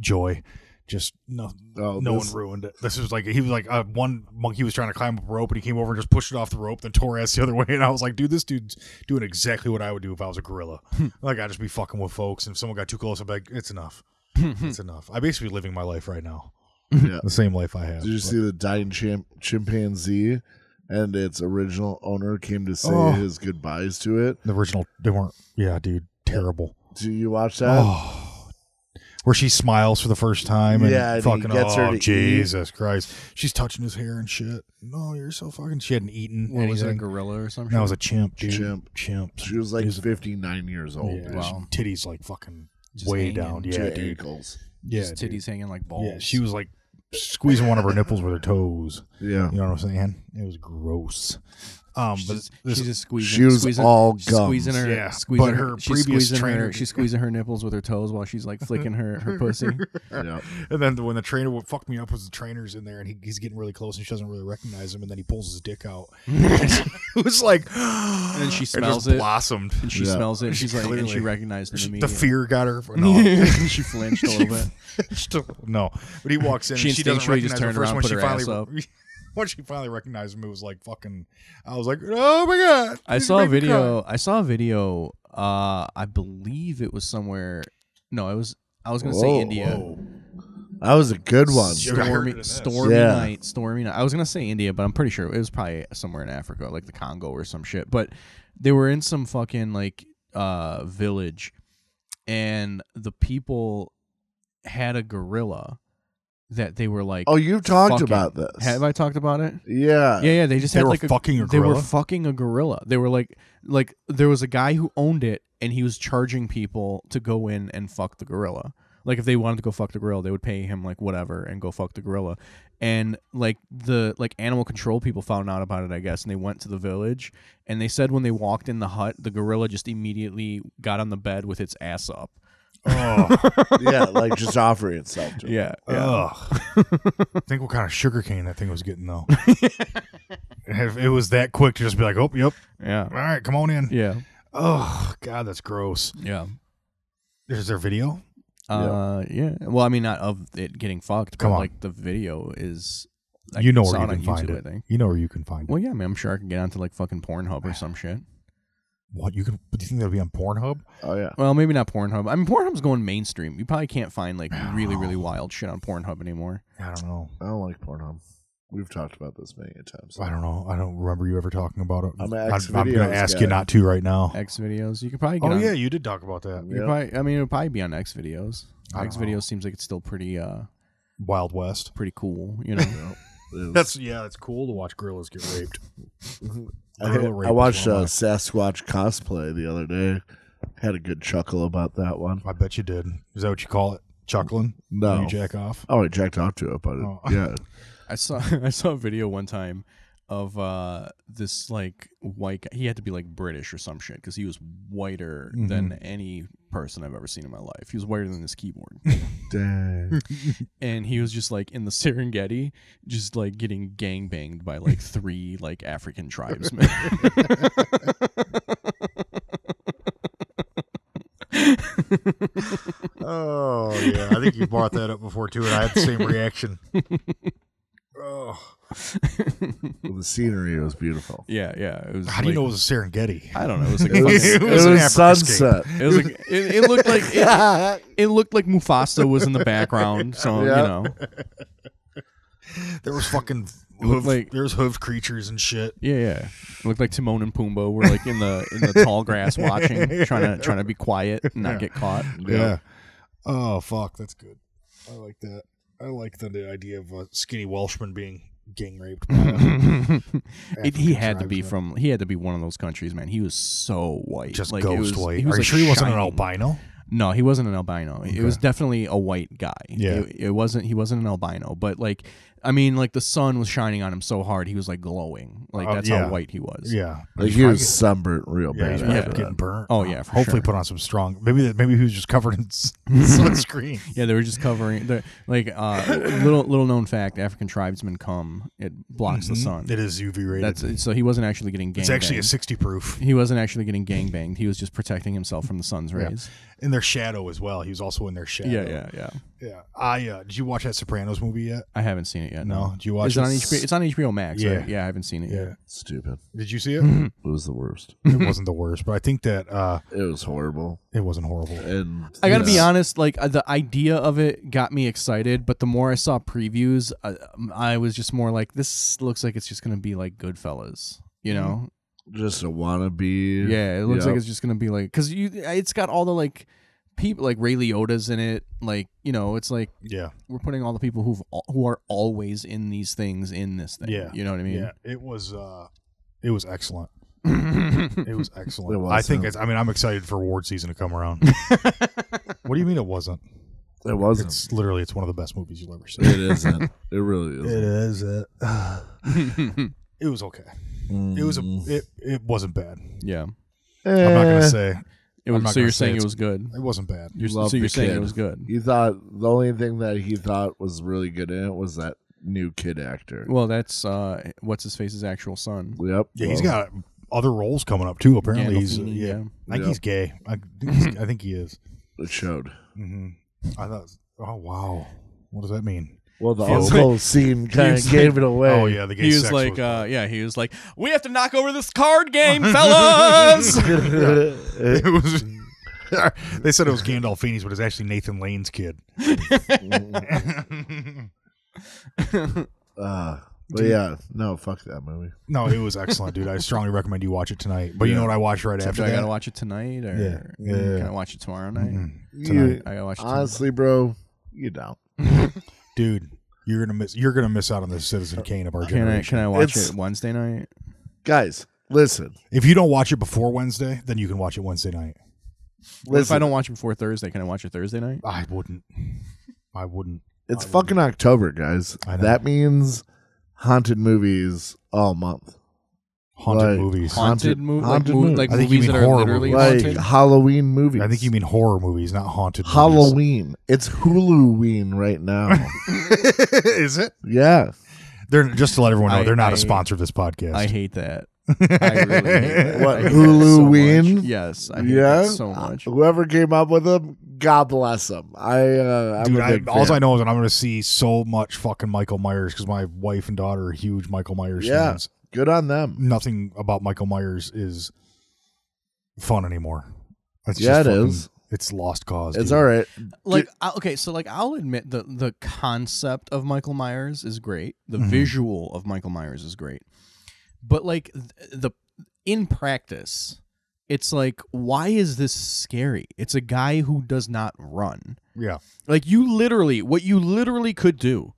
D: joy. Just no,
B: oh
D: no
B: this-
D: one ruined it. This was like he was like uh, one monkey was trying to climb up a rope and he came over and just pushed it off the rope, then tore ass the other <laughs> way. And I was like, dude, this dude's doing exactly what I would do if I was a gorilla.
B: Hmm.
D: like I'd just be fucking with folks, and if someone got too close, I'd be like, it's enough, it's enough. I'm basically living my life right now,
B: Hmm. Yeah.
D: the same life I have.
B: did you
D: But-
B: see the dying chimp- chimpanzee and its original owner came to say
D: Oh.
B: his goodbyes to it
D: the original? They weren't. Yeah, dude, terrible.
B: do you watch that
D: Oh. Where she smiles for the first time and
B: Yeah, and he
D: fucking
B: gets her
D: oh
B: to eat.
D: Jesus Christ, she's touching his hair and shit. No, you're so fucking. She hadn't eaten.
C: What was it, a
D: anything.
C: gorilla or something?
D: That was a chimp, dude.
B: Chimp.
D: chimp.
B: she was like
D: He's-
B: 59 years old
D: yeah,
B: dude.
C: Wow.
D: she- titties like fucking
C: Just
D: way
C: hanging.
D: down.
B: To
D: Yeah, dude.
B: ankles
D: Yeah,
C: Just
D: dude.
C: titties hanging like balls.
D: Yeah, she was
B: <laughs>
D: like squeezing one of her nipples with her toes.
B: yeah
D: You know what I'm saying? It was gross. Um,
C: She's
D: but
C: just,
D: this-
C: she's just squeezing.
B: She was
C: squeezing,
B: all
C: she's squeezing
B: gums.
C: her.
D: Yeah,
C: squeezing
D: but her
C: her.
D: previous
C: She's squeezing
D: trainer- <laughs>
C: her. She's squeezing her nipples with her toes while she's like flicking her her pussy.
B: Yeah.
D: and then when the trainer what fucked me up was the trainer's in there and he, he's getting really close and she doesn't really recognize him and then he pulls his dick
C: <laughs>
D: out. it was like, <gasps> and
C: then she
D: just
C: smells it.
D: Blossomed.
C: And she
B: Yeah.
C: smells it. She's like, and she
D: Clearly.
C: recognized him
D: She-
C: immediately.
D: the fear got
C: <laughs>
D: her. No,
C: she flinched a
D: <laughs> She
C: little bit.
D: She don't- no, but he walks in.
C: She
D: and she doesn't
C: instinctually
D: recognize
C: just
D: him
C: turned
D: first
C: around,
D: when
C: put
D: she
C: her ass
D: finally. <laughs> When she finally recognized him, it was like fucking. I was like, oh my god!
C: I
D: you
C: saw a
D: made me cry."
C: video. I saw a video. Uh, I believe it was somewhere. No, it was. I was gonna
B: Whoa,
C: say India.
B: whoa. That was a good one.
D: Sure. I heard it in
C: Stormy,
D: this.
C: stormy
B: Yeah.
C: night, stormy night. I was gonna say India, but I'm pretty sure it was probably somewhere in Africa, like the Congo or some shit. But they were in some fucking like uh village, and the people had a gorilla that they were like.
B: Oh, you've talked
C: fucking-
B: about this.
C: Have I talked about it?
B: Yeah.
C: Yeah, yeah. They just
D: Uh, They
C: had
D: were
C: like a,
D: fucking a
C: They were
D: gorilla?
C: fucking a gorilla. They were like like there was a guy who owned it and he was charging people to go in and fuck the gorilla. Like if they wanted to go fuck the gorilla, they would pay him like whatever and go fuck the gorilla. And like the like animal control people found out about it, I guess, and they went to the village and they said when they walked in the hut, the gorilla just immediately got on the bed with its ass up.
D: Oh,
B: yeah, like just offering itself to
C: <laughs> Yeah.
D: ugh. Think what kind of sugar cane that thing was getting
C: <laughs>
D: though. if it was that quick to just be like, oh, yep,
C: Yeah.
D: all right, come on in.
C: Yeah.
D: Oh god, that's gross.
C: Yeah.
D: Is there video?
C: Uh, yeah. Well, I mean, not of it getting fucked,
D: Come
C: but
D: on.
C: like the video is. I
D: you know where
C: saw
D: you
C: it
D: can
C: on
D: find
C: YouTube,
D: it.
C: I think.
D: You know where you can find it.
C: Well, yeah, I mean, I'm sure I can get onto like fucking Pornhub or some shit.
D: What you can? Do you think that'll be on Pornhub?
B: Oh yeah.
C: Well, maybe not Pornhub. I mean, Pornhub's going mainstream. You probably can't find like really, really wild shit on Pornhub anymore.
D: I don't know.
B: I don't like Pornhub. We've talked about this many a times.
D: I don't know. I don't remember you ever talking about it.
B: I'm an
D: I'm,
B: X
D: I'm gonna
B: videos
D: ask
B: guy.
D: you not to right now.
C: X videos, you could probably get.
D: Oh
C: on,
D: yeah,
C: you
D: you did talk about that.
C: could
B: Yep.
C: probably. I mean, it would probably be on X videos.
D: I don't
C: X
D: know.
C: videos seems like it's still pretty, uh,
D: Wild West.
C: pretty cool. You know,
D: <laughs>
B: It was-
D: That's yeah. It's cool to watch gorillas get raped.
B: <laughs> I,
D: Gorilla rape
B: I
D: is
B: watched
D: one
B: uh,
D: of
B: Sasquatch cosplay the other day. Had a good chuckle about that one.
D: my- I bet you did. Is that what you call it? Chuckling?
B: No.
D: You jack off?
B: Oh, I jacked off to it, but it-
D: Oh.
B: yeah,
C: I saw <laughs> I saw a video one time of uh this like white guy. He had to be like British or some shit because he was whiter than any person I've ever seen in my life. He was whiter than this keyboard. <laughs>
D: <laughs>
B: dang.
C: and he was just like in the Serengeti, just like getting gang banged by like three like African tribesmen.
D: Oh yeah. I think you brought that up before too, and I had the same
B: <laughs>
D: reaction. Oh.
B: Well, the scenery was beautiful.
C: yeah, yeah. It was
D: How do you
C: like-
D: know it was a Serengeti?
C: I don't know. It was like
B: It
D: <laughs>
B: was,
D: It
B: it
C: fucking-
D: was
B: was,
D: an Africa
B: sunset.
C: it was like it, it looked like it, it looked like Mufasa was in the background. So
B: Yeah.
C: you know.
D: There was fucking <laughs>
C: looked
D: hooved,
C: like-
D: there was hooved creatures and shit.
C: Yeah, yeah. It looked like Timon and Pumbaa were like in the in the tall grass watching, trying to trying to be quiet and not get caught. <laughs>
D: Oh fuck, that's good. I like that. I like the, the idea of a skinny Welshman being gang raped. By
C: <laughs>
D: a
C: it,
D: African
C: he had to be
D: tribesman.
C: from he had to be one of those countries, man. He was so white,
D: just
C: like, it
D: ghost
C: was-
D: white.
C: He was
D: Are you
C: like
D: sure he wasn't an
C: shining.
D: albino?
C: No, he wasn't an albino. It was definitely a white guy.
D: Yeah.
C: it, it wasn't. He wasn't an albino, but like, I mean, like the sun was shining on him so hard, he was like glowing. Like
D: Oh,
C: that's
D: yeah.
C: how white he was.
D: Yeah,
B: Like, he was sunburnt real
D: Yeah,
B: bad.
D: he's
B: after
D: probably
B: that.
D: getting burnt.
C: Oh, yeah, for
D: Hopefully,
C: sure.
D: put on some strong. Maybe that. Maybe he was just covered in
C: <laughs>
D: s- sunscreen.
C: Yeah, they were just covering. they're- Like uh, little little known fact: African tribesmen come. It blocks the sun.
D: It is UV rated.
C: That's so he wasn't actually getting gang.
D: it's actually a
C: banged.
D: sixty proof
C: he wasn't actually getting gang banged. He was just protecting himself from the sun's rays.
D: in their shadow as well. He was also in their shadow.
C: yeah.
D: yeah. I uh, did you watch that Sopranos movie yet?
C: I haven't seen it yet.
D: No. Did you watch
C: Is it on
D: this?
C: HBO? It's on HBO Max.
D: Yeah.
C: right? yeah. I haven't seen it yet.
B: Stupid.
D: Did you see it?
B: It was the worst.
C: Mm-hmm.
D: it wasn't the worst, but I think that uh,
B: It was horrible.
D: it wasn't horrible.
B: And
C: I gotta be
B: Yeah.
C: honest. Like uh, the idea of it got me excited, but the more I saw previews, uh, um, I was just more like, "This looks like it's just gonna be like Goodfellas." You know?
B: Just a wannabe.
C: Yeah. It looks
B: Yep.
C: like it's just gonna be like because you. It's got all the like people like Ray Liotta's in it. Like you know, it's like
D: Yeah,
C: we're putting all the people who've al- who are always in these things in this thing.
D: Yeah.
C: you know what I mean.
D: yeah. It was. Uh, it was excellent. It was excellent.
B: It was,
D: I think
B: yeah.
D: it's. I mean, I'm excited for award season to come around.
C: <laughs>
D: what do you mean it wasn't?
B: It wasn't.
D: It's literally. It's one of the best movies you'll ever see. <laughs>
B: It isn't. It really isn't.
D: is it. it was okay. It was a
B: Mm.
D: it, it wasn't bad.
C: <laughs> Yeah.
D: I'm not
B: Eh,
D: gonna say
C: It
D: I'm
C: was,
D: not
C: so
D: gonna
C: you're
D: say
C: saying it
D: it's-
C: was good.
D: it wasn't bad.
C: You're, so
B: Love
C: you're
B: the
C: saying
B: kid.
C: it was good.
B: He thought the only thing that he thought was really good in it was that new kid actor.
C: Well, that's uh, what's his face's actual son.
B: yep.
D: Yeah, he's
B: well,
D: got other roles coming up too. Apparently, he's
C: Gandolfini,
D: yeah. I think
B: Yeah.
D: he's gay. I think, he's, I think he is.
B: It showed.
D: hmm I thought. Oh wow, what does that mean?
B: Well, the
D: Feels
B: uncle
D: <laughs>
B: scene kind
C: He's
B: of gave it away.
D: Oh yeah, <laughs> the gay
C: He was
D: sex
C: like,
D: was-
C: uh, yeah, he was like, we have to knock over this
D: <laughs>
C: card game, fellas. <laughs>
D: it was. <laughs> they said it was Gandolfini's, but it's actually Nathan Lane's
C: <laughs>
D: kid.
B: <laughs> uh, but yeah, no, fuck that movie.
D: no, it was excellent, dude. I strongly recommend you watch it tonight. But you know what I watched right
C: Except
D: after
C: I
D: that?
C: gotta watch it tonight, or
D: Yeah. Yeah.
C: can I watch it tomorrow night?
D: Mhm.
B: You,
D: Tonight.
C: I gotta watch it. tomorrow.
B: honestly, bro, you don't.
D: Dude, you're gonna miss. You're gonna miss out on this Citizen Kane of our
C: Can I
D: generation.
C: can I watch
B: It's-
C: it Wednesday night?
B: Guys, listen,
D: If you don't watch it before Wednesday, then you can watch it Wednesday night.
C: What if I
B: listen.
C: don't watch it before Thursday, can I watch it Thursday night?
D: I wouldn't. I wouldn't.
B: It's fucking October, guys.
D: I know.
B: That means haunted movies all month.
D: Haunted
B: Like,
D: movies.
B: Haunted-
C: Haunted, mo-
B: haunted
C: like, mo-
B: movie.
C: like
D: I think you
C: movies
D: mean
C: that are
D: horror
C: literally
D: movies.
B: Like
C: haunted.
B: Halloween movies.
D: I think you mean horror movies, not haunted. movies.
B: Halloween. It's Huluween right now.
D: <laughs> Is it?
B: yeah.
D: They're just to let everyone know
C: I-
D: they're not a
C: I-
D: sponsor of this podcast.
C: I hate that. I really hate
D: <laughs>
C: that.
B: What,
C: I hate that so
B: Huluween?
C: much. yes, I hate
B: yeah. Uh,
C: that so much.
B: Whoever came up with them, God bless them. I, uh, I'm
D: Dude,
B: a
D: I,
B: big
D: all
B: fan.
D: I know is that I'm going to see so much fucking Michael Myers because my wife and daughter are huge Michael Myers
B: Yeah.
D: fans.
B: Good on them.
D: Nothing about Michael Myers is fun anymore. It's
B: Yeah,
D: just
B: it
D: fucking-
B: is.
D: It's lost cause.
B: It's
D: dude.
B: all right.
C: Like I, okay, so like I'll admit the the concept of Michael Myers is great. The
D: Mhm.
C: visual of Michael Myers is great. But like th- the in practice, it's like why is this scary? It's a guy who does not run.
D: Yeah.
C: Like you literally, what you literally could do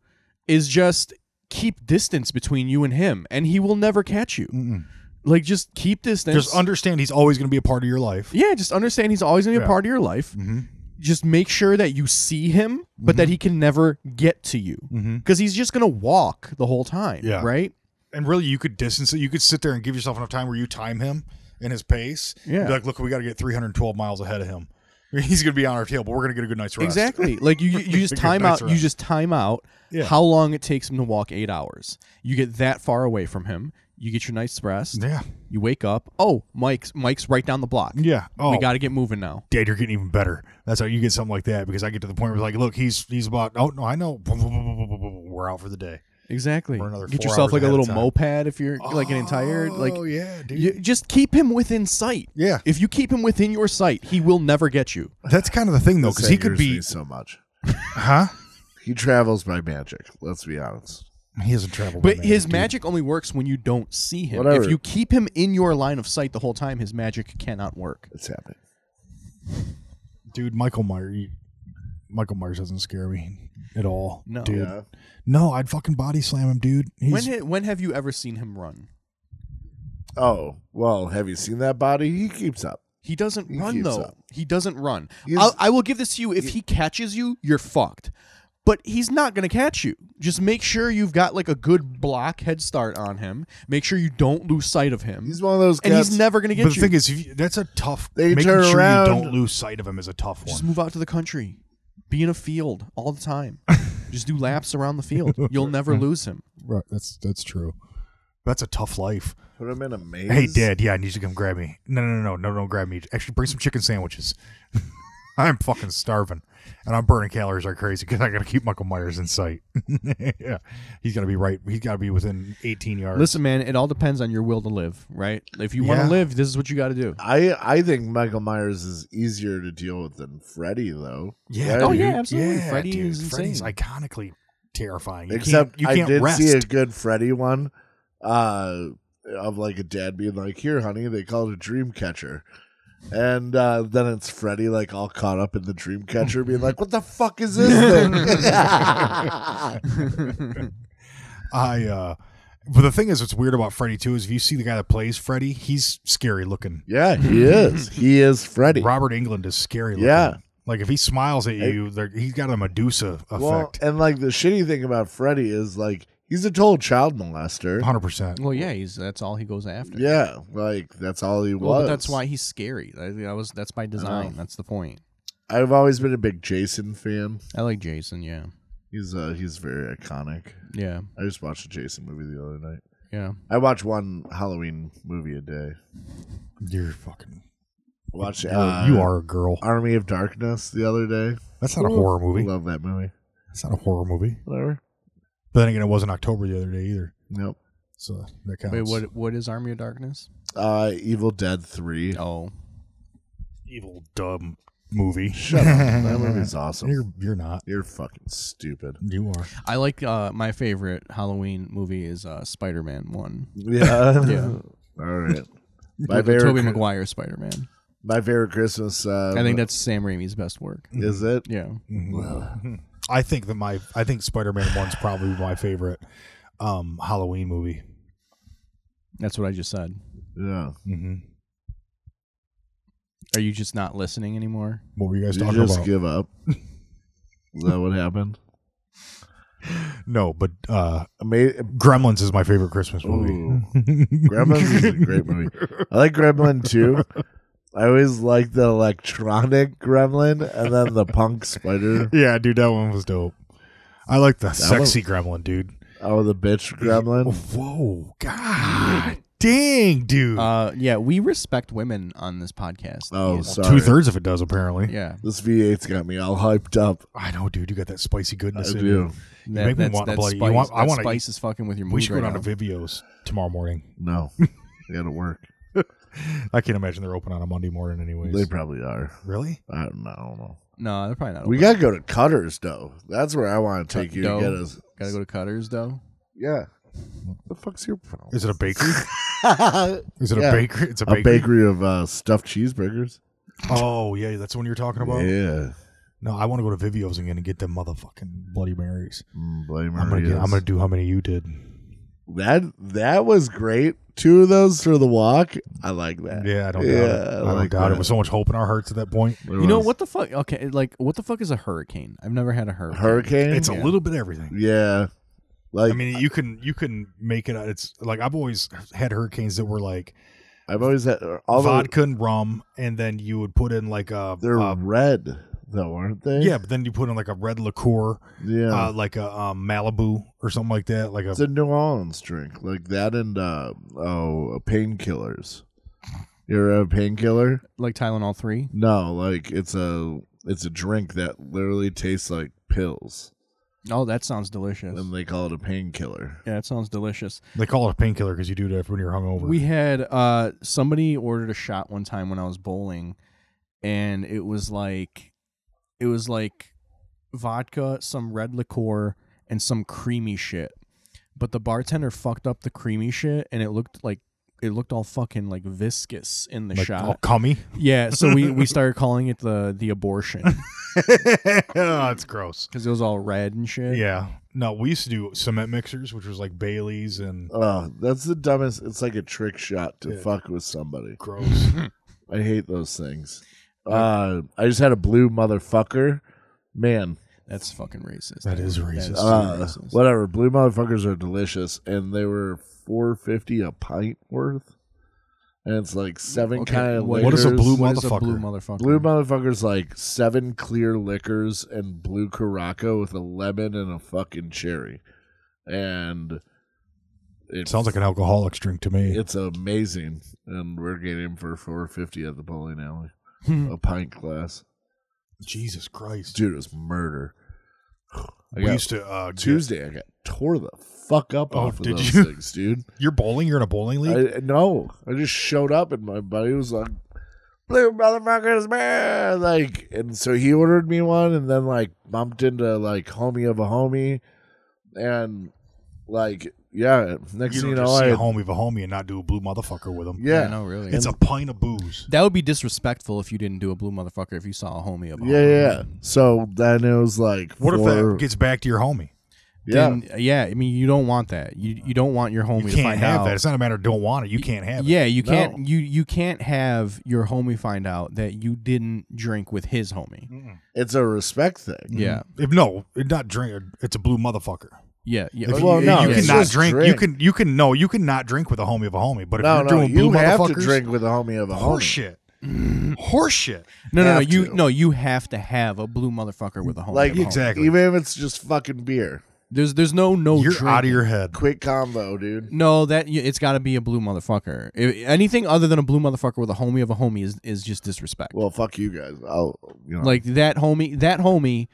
C: is just keep distance between you and him, and he will never catch you.
D: Mm-mm.
C: Like just keep distance.
D: Just understand he's always going to be a part of your life.
C: yeah, just understand he's always gonna be
D: Yeah.
C: a part of your life.
D: Mm-hmm.
C: Just make sure that you see him, but that he can never get to you
D: Mm-hmm.
C: because he's just gonna walk the whole time.
D: Yeah.
C: Right.
D: And really, you could distance it. You could sit there and give yourself enough time where you time him and his pace.
C: Yeah.
D: Be like, look, we got to get 312 miles ahead of him. <laughs> He's going to be on our tail, but we're going to get a good <laughs> night's rest.
C: Exactly. Like you, you you just
D: Because
C: time
D: that's
C: out. You
D: right.
C: just time out
D: Yeah.
C: how long it takes him to walk eight hours. You get that far away from him. You get your night's rest.
D: Yeah.
C: You wake up. Oh, Mike's Mike's right down the block.
D: Yeah. Oh,
C: We got to get moving now.
D: Dad, you're getting even better. That's how you get something like that because I get to the point where like, look, he's he's about. Oh no, I know. <laughs> We're out for the day.
C: Exactly.
D: For another
C: Get
D: four
C: yourself
D: hours
C: like a
D: ahead of
C: little
D: time.
C: moped if you're like an entire like.
D: Oh yeah, dude.
C: You, just keep him within sight.
D: yeah, Oh,
C: If you keep him within your sight, he will never get you.
D: that's kind of the thing though, because he could
B: This angers
D: be,
B: me so much.
D: huh?
B: He travels by magic. Let's be honest.
D: He hasn't traveled. by
C: But his
D: dude.
C: magic only works when you don't see him.
B: Whatever.
C: If you keep him in your line of sight the whole time, his magic cannot work.
B: It's happening.
D: dude, Michael Myers. you- Michael Myers doesn't scare me at all.
C: No.
D: dude.
B: Yeah.
D: No, I'd fucking body slam him, dude. He's,
C: when ha- when have you ever seen him run?
B: Oh well, have you seen that body? He keeps up.
C: He doesn't
B: He
C: run
B: keeps
C: though.
B: up.
C: He doesn't run.
B: He's-
C: I'll, I will give this to you. If he catches you, you're fucked. But he's not going to catch you. Just make sure you've got like a good block head start on him. Make sure you don't lose sight of him,
B: He's one of those.
C: and
B: cats,
C: he's never going to
D: but the
C: get you.
D: thing is, if you, that's a tough.
B: They
D: making
B: turn
D: sure
B: around-
D: you don't lose sight of him is a tough
C: Just
D: one.
C: move out to the country. Be in a field all the time. Just do laps around the field. You'll never lose him.
D: Right, that's that's true. That's a tough life.
B: put him in a maze.
D: Hey, Dad. Yeah, I need you to come grab me. No, no, no, no, no, don't grab me. Actually, bring some chicken sandwiches. <laughs> I'm fucking starving, and I'm burning calories like crazy because I gotta keep Michael Myers in sight. <laughs> yeah, he's gotta be right. He's gotta be within 18 yards.
C: Listen, man, it all depends on your will to live, right? If you want to
D: Yeah.
C: live, this is what you got to do.
B: I I think Michael Myers is easier to deal with than Freddy though.
D: yeah,
B: Right?
C: Oh, yeah,
D: dude.
C: absolutely.
D: Yeah,
C: Freddy
D: dude.
C: is
D: Freddy's
C: insane.
D: iconically terrifying. You
B: Except
D: can't, you can't
B: I did
D: rest.
B: see a good Freddy one, uh, of like a dad being like, "Here, honey, they call it a dream catcher," and uh, then it's Freddy like all caught up in the dream catcher, being like, "What the fuck is this thing?"
D: I uh but the thing is what's weird about Freddy too is if you see the guy that plays Freddy, he's scary looking.
B: yeah, he is. He is Freddy.
D: Robert England is scary looking.
B: Yeah.
D: Like if he smiles at you, there he's got a Medusa effect.
B: Well, and like the shitty thing about Freddy is like He's a total child molester.
D: 100%.
C: Well, yeah, he's that's all he goes after.
B: Yeah, like that's all he was.
C: Well, but that's why he's scary. I, I was
D: Oh.
C: that's by design. That's the point.
B: I've always been a big Jason fan.
C: I like Jason. Yeah,
B: He's uh he's very iconic.
C: yeah,
B: I just watched a Jason movie the other night.
C: yeah.
B: I watch one Halloween movie a day.
D: You're fucking.
B: Watch
D: you're-
B: uh,
D: you are a girl.
B: Army of Darkness the other day.
D: That's not a horror
B: I
D: movie.
B: love that movie.
D: That's not a horror movie.
B: Whatever.
D: But then again, it wasn't October the other day either.
B: Nope.
D: So that counts.
C: Wait, what? What is Army of Darkness?
B: Uh, Evil Dead Three.
C: Oh,
D: <laughs> Evil dumb movie.
B: Shut up.
D: <laughs>
B: That movie's awesome.
D: You're
B: You're,
D: you're not.
B: fucking stupid.
D: You are.
C: I like uh, my favorite Halloween movie is uh, Spider
D: <laughs>
C: Man One.
B: Yeah.
C: Yeah.
B: <laughs> All right. My favorite.
C: Like the Tobey
B: Chri-
C: Maguire Spider Man.
B: My favorite Christmas.
D: Oh,
B: Uh,
C: I think that's Sam Raimi's best work.
B: is it.
C: Yeah,
D: Mm-hmm. I think that my I think Spider Man One's probably my favorite um, Halloween movie.
C: that's what I just said.
B: Yeah.
D: Mm-hmm.
C: Are you just not listening anymore?
D: What were you guys
B: Did you
D: talking
B: just
D: about?
B: give up? Is that what happened?
D: no, but uh,
B: Ama-
D: Gremlins is my favorite Christmas
B: Ooh.
D: movie. <laughs>
B: Gremlins <laughs> is a great movie. I like Gremlin too. I always like the electronic Gremlin and then the punk <laughs> spider.
D: Yeah, dude, that one was dope. I like the
B: one-
D: sexy Gremlin, dude.
B: Oh, the bitch Gremlin.
D: Whoa, god, dang, dude.
C: Uh, yeah, we respect women on this podcast.
B: Oh,
C: Yeah.
B: sorry.
D: Two thirds of it does apparently.
C: yeah,
B: This V8's got me all hyped up.
D: I know, dude. You got that spicy
B: I
D: goodness. in you.
B: do.
D: You
C: that,
D: make me
C: that's,
D: want to
C: that
D: bloody.
C: spice,
D: you want, I
C: that
D: want
C: spice is fucking with your mood
D: We should
C: right
D: go down
C: now.
D: to Vivio's tomorrow morning.
B: <laughs> No, they gotta work.
D: I can't imagine they're open on a Monday morning, anyways.
B: They probably are.
D: really?
B: I don't, know, I don't know.
C: No, they're probably not.
B: We
C: open.
B: gotta go to Cutters though. That's where I want to take you
C: Dough.
B: to get us.
C: gotta go to Cutters though.
B: Yeah. What the fuck's your problem? <laughs>
D: Is it a bakery? Is it
B: Yeah.
D: a bakery? It's a
B: a
D: bakery.
B: bakery of uh, stuffed cheeseburgers.
D: Oh yeah, that's the one you're talking about.
B: Yeah.
D: No, I want to go to Vivio's again and get them motherfucking Bloody Marys.
B: Mm, blame
D: I'm gonna, get,
B: Maria's.
D: I'm gonna do how many you did.
B: That that was great. Two of those for the walk. I like that.
D: Yeah, I don't
B: Yeah,
D: doubt it.
B: I
D: I, don't
B: like
D: doubt
B: that.
D: it. With so much hope in our hearts at that point,
B: There
C: You know
B: was
C: what the fuck? Okay, like what the fuck is a hurricane? I've never had a hurricane.
B: Hurricane.
D: it's a
C: Yeah.
D: little bit everything.
B: yeah. Like
D: I mean, you can you can make it. It's like I've always had hurricanes that were like
B: I've always had all the,
D: vodka and rum, and then you would put in like a
B: they're
D: uh,
B: red though, aren't they?
D: yeah, but then you put in like a red liqueur,
B: Yeah.
D: uh, like a um, Malibu or something like that, like a
B: it's a New Orleans drink. Like that and uh oh painkillers. You're a painkiller?
C: Like Tylenol three.
B: No, like it's a it's a drink that literally tastes like pills.
C: Oh, that sounds delicious.
B: And they call it a painkiller.
C: Yeah, that sounds delicious.
D: They call it a painkiller because you do that when you're hungover.
C: We had uh somebody ordered a shot one time when I was bowling, and it was like, it was like vodka, some red liqueur, and some creamy shit. But the bartender fucked up the creamy shit, and it looked like it looked all fucking like viscous in the
D: like,
C: shot.
D: all cummy.
B: <laughs>
C: Yeah, so we we started calling it the the abortion
D: oh, it's gross.
C: because it was all red and shit. <laughs>
D: Yeah. No, we used to do cement mixers, which was like Bailey's and
B: Oh, that's the dumbest. It's like a trick shot to
D: Yeah.
B: fuck with somebody.
D: gross.
B: I hate those things. Uh, I just had a blue motherfucker. Man,
C: that's fucking racist.
D: That is racist.
C: so
B: uh,
C: racist.
B: whatever. Blue motherfuckers are delicious, and they were four fifty a pint worth, and it's like seven
C: Okay,
B: kind of
C: what-
B: liquors.
D: What is a blue
C: What is a
D: motherfucker?
C: blue motherfucker?
B: Blue motherfuckers like seven clear liquors and blue caraca with a lemon and a fucking cherry, and it
D: Sounds like an alcoholic's drink to me.
B: It's amazing, and we're getting 'em for four fifty at the bowling alley,
C: Hmm.
B: a pint glass.
D: Jesus Christ.
B: Dude, it was murder. I
D: we
B: got,
D: used to uh, get-
B: Tuesday, I got tore the fuck up
D: Oh,
B: off of
D: did
B: those
D: you? <laughs>
B: things, dude.
D: You're bowling. You're in a bowling league.
B: I, no, I just showed up, and my buddy was like, "Blue motherfuckers, man!" Like, and so he ordered me one, and then like bumped into like homie of a homie, and like yeah, next
D: you don't
B: thing you know,
D: just see
B: I
D: a homie of a homie and not do a blue motherfucker with him.
C: Yeah,
B: yeah,
C: no, really.
D: It's a pint of booze.
C: that would be disrespectful if you didn't do a blue motherfucker if you saw a homie of a
B: yeah,
C: homie.
B: yeah. So then it was like,
D: What if
B: four-
D: that gets back to your homie?
B: yeah.
C: Then, yeah. I mean, you don't want that. You you don't want your homie
D: You
C: to
D: can't
C: find
D: have
C: out.
D: that. It's not a matter of don't want it. You can't have it.
C: yeah, you
B: No.
C: can't you you can't have your homie find out that you didn't drink with his homie.
D: Mm-mm.
B: It's a respect thing.
C: Yeah.
D: If no, it not drink. It's a blue motherfucker.
C: Yeah, yeah.
D: If
C: oh,
D: you,
B: Well, no,
D: you
B: it's
D: cannot
B: just
D: drink. You
B: drink.
D: can you can no, you can not drink with a homie of a homie. But if
B: no,
D: you're
B: no,
D: doing blue
B: you have to
D: motherfuckers,
B: drink with a homie of a homie.
D: horseshit, horseshit.
C: No, no, no.
B: have
C: You
B: to.
C: no, you have to have a blue motherfucker with a home.
B: Like
C: with a home.
D: Exactly.
B: Even if it's just fucking beer,
C: There's there's no
B: Oh,
C: no.
D: you're
C: drink.
D: out of your head.
B: quick combo, dude.
C: No, that y- it's got to be a blue motherfucker. I anything other than a blue motherfucker with a homie of a homie is is just disrespect.
B: Well, fuck you guys. I'll you know.
C: like that homie, that homie.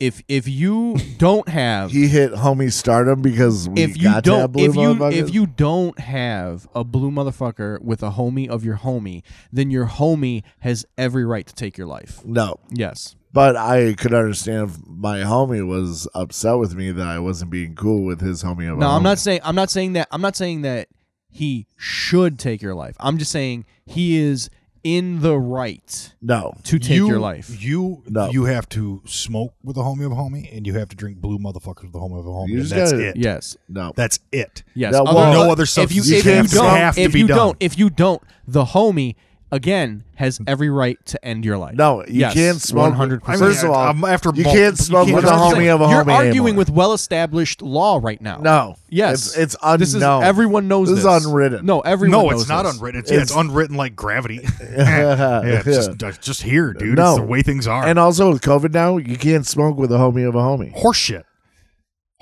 C: If if
B: <laughs>
C: you don't have
B: he hit homie stardom because we
C: if you
B: got to have
C: don't
B: blue
C: if you if
B: motherfuckers.
C: you don't have a blue motherfucker with a homie of your homie, then your homie has every right to take your life.
B: no,
C: Yes.
B: but I could understand if my homie was upset with me that I wasn't being cool with his homie. Of a
C: No, I'm
B: homie.
C: not saying I'm not saying that I'm not saying that he should take your life. I'm just saying he is in the right
B: No,
C: to take
D: you,
C: your life.
D: You
B: No.
D: you have to smoke with a homie of a homie, and you have to drink blue motherfuckers with a homie of a homie.
B: You
D: and
B: just
D: that's
B: gotta-
D: it.
C: Yes.
B: no.
D: That's it.
C: Yes.
B: That
C: Other-
B: won't-
D: No
C: uh,
D: other substance.
C: If you, if
B: You
C: you
B: have to-
C: don't,
D: have to
C: if
D: be
C: you
D: done.
C: don't, if you don't, the homie again has every right to end your life.
B: No, you
C: Yes,
B: can't smoke.
C: 100%.
B: First of all,
D: I'm after
B: you
D: mul-
B: can't
D: you
B: smoke
D: can't
B: with a
D: just
C: That's what
B: homie
C: I'm saying.
B: of a homie.
C: You're arguing
B: anymore.
C: with well-established law right now.
B: no.
C: Yes.
B: it's, it's unknown.
C: This is everyone knows
B: This
C: this.
B: is unwritten.
C: No, everyone.
D: No, it's
C: knows
D: not
C: this.
D: unwritten. It's, yeah, it's
B: It's-
D: unwritten like
C: <laughs>
D: gravity. <laughs> yeah, it's just, it's just here, dude.
B: No.
D: It's the way things are.
B: And also with COVID now, you can't smoke with a homie of a
C: uh,
B: homie.
D: horseshit.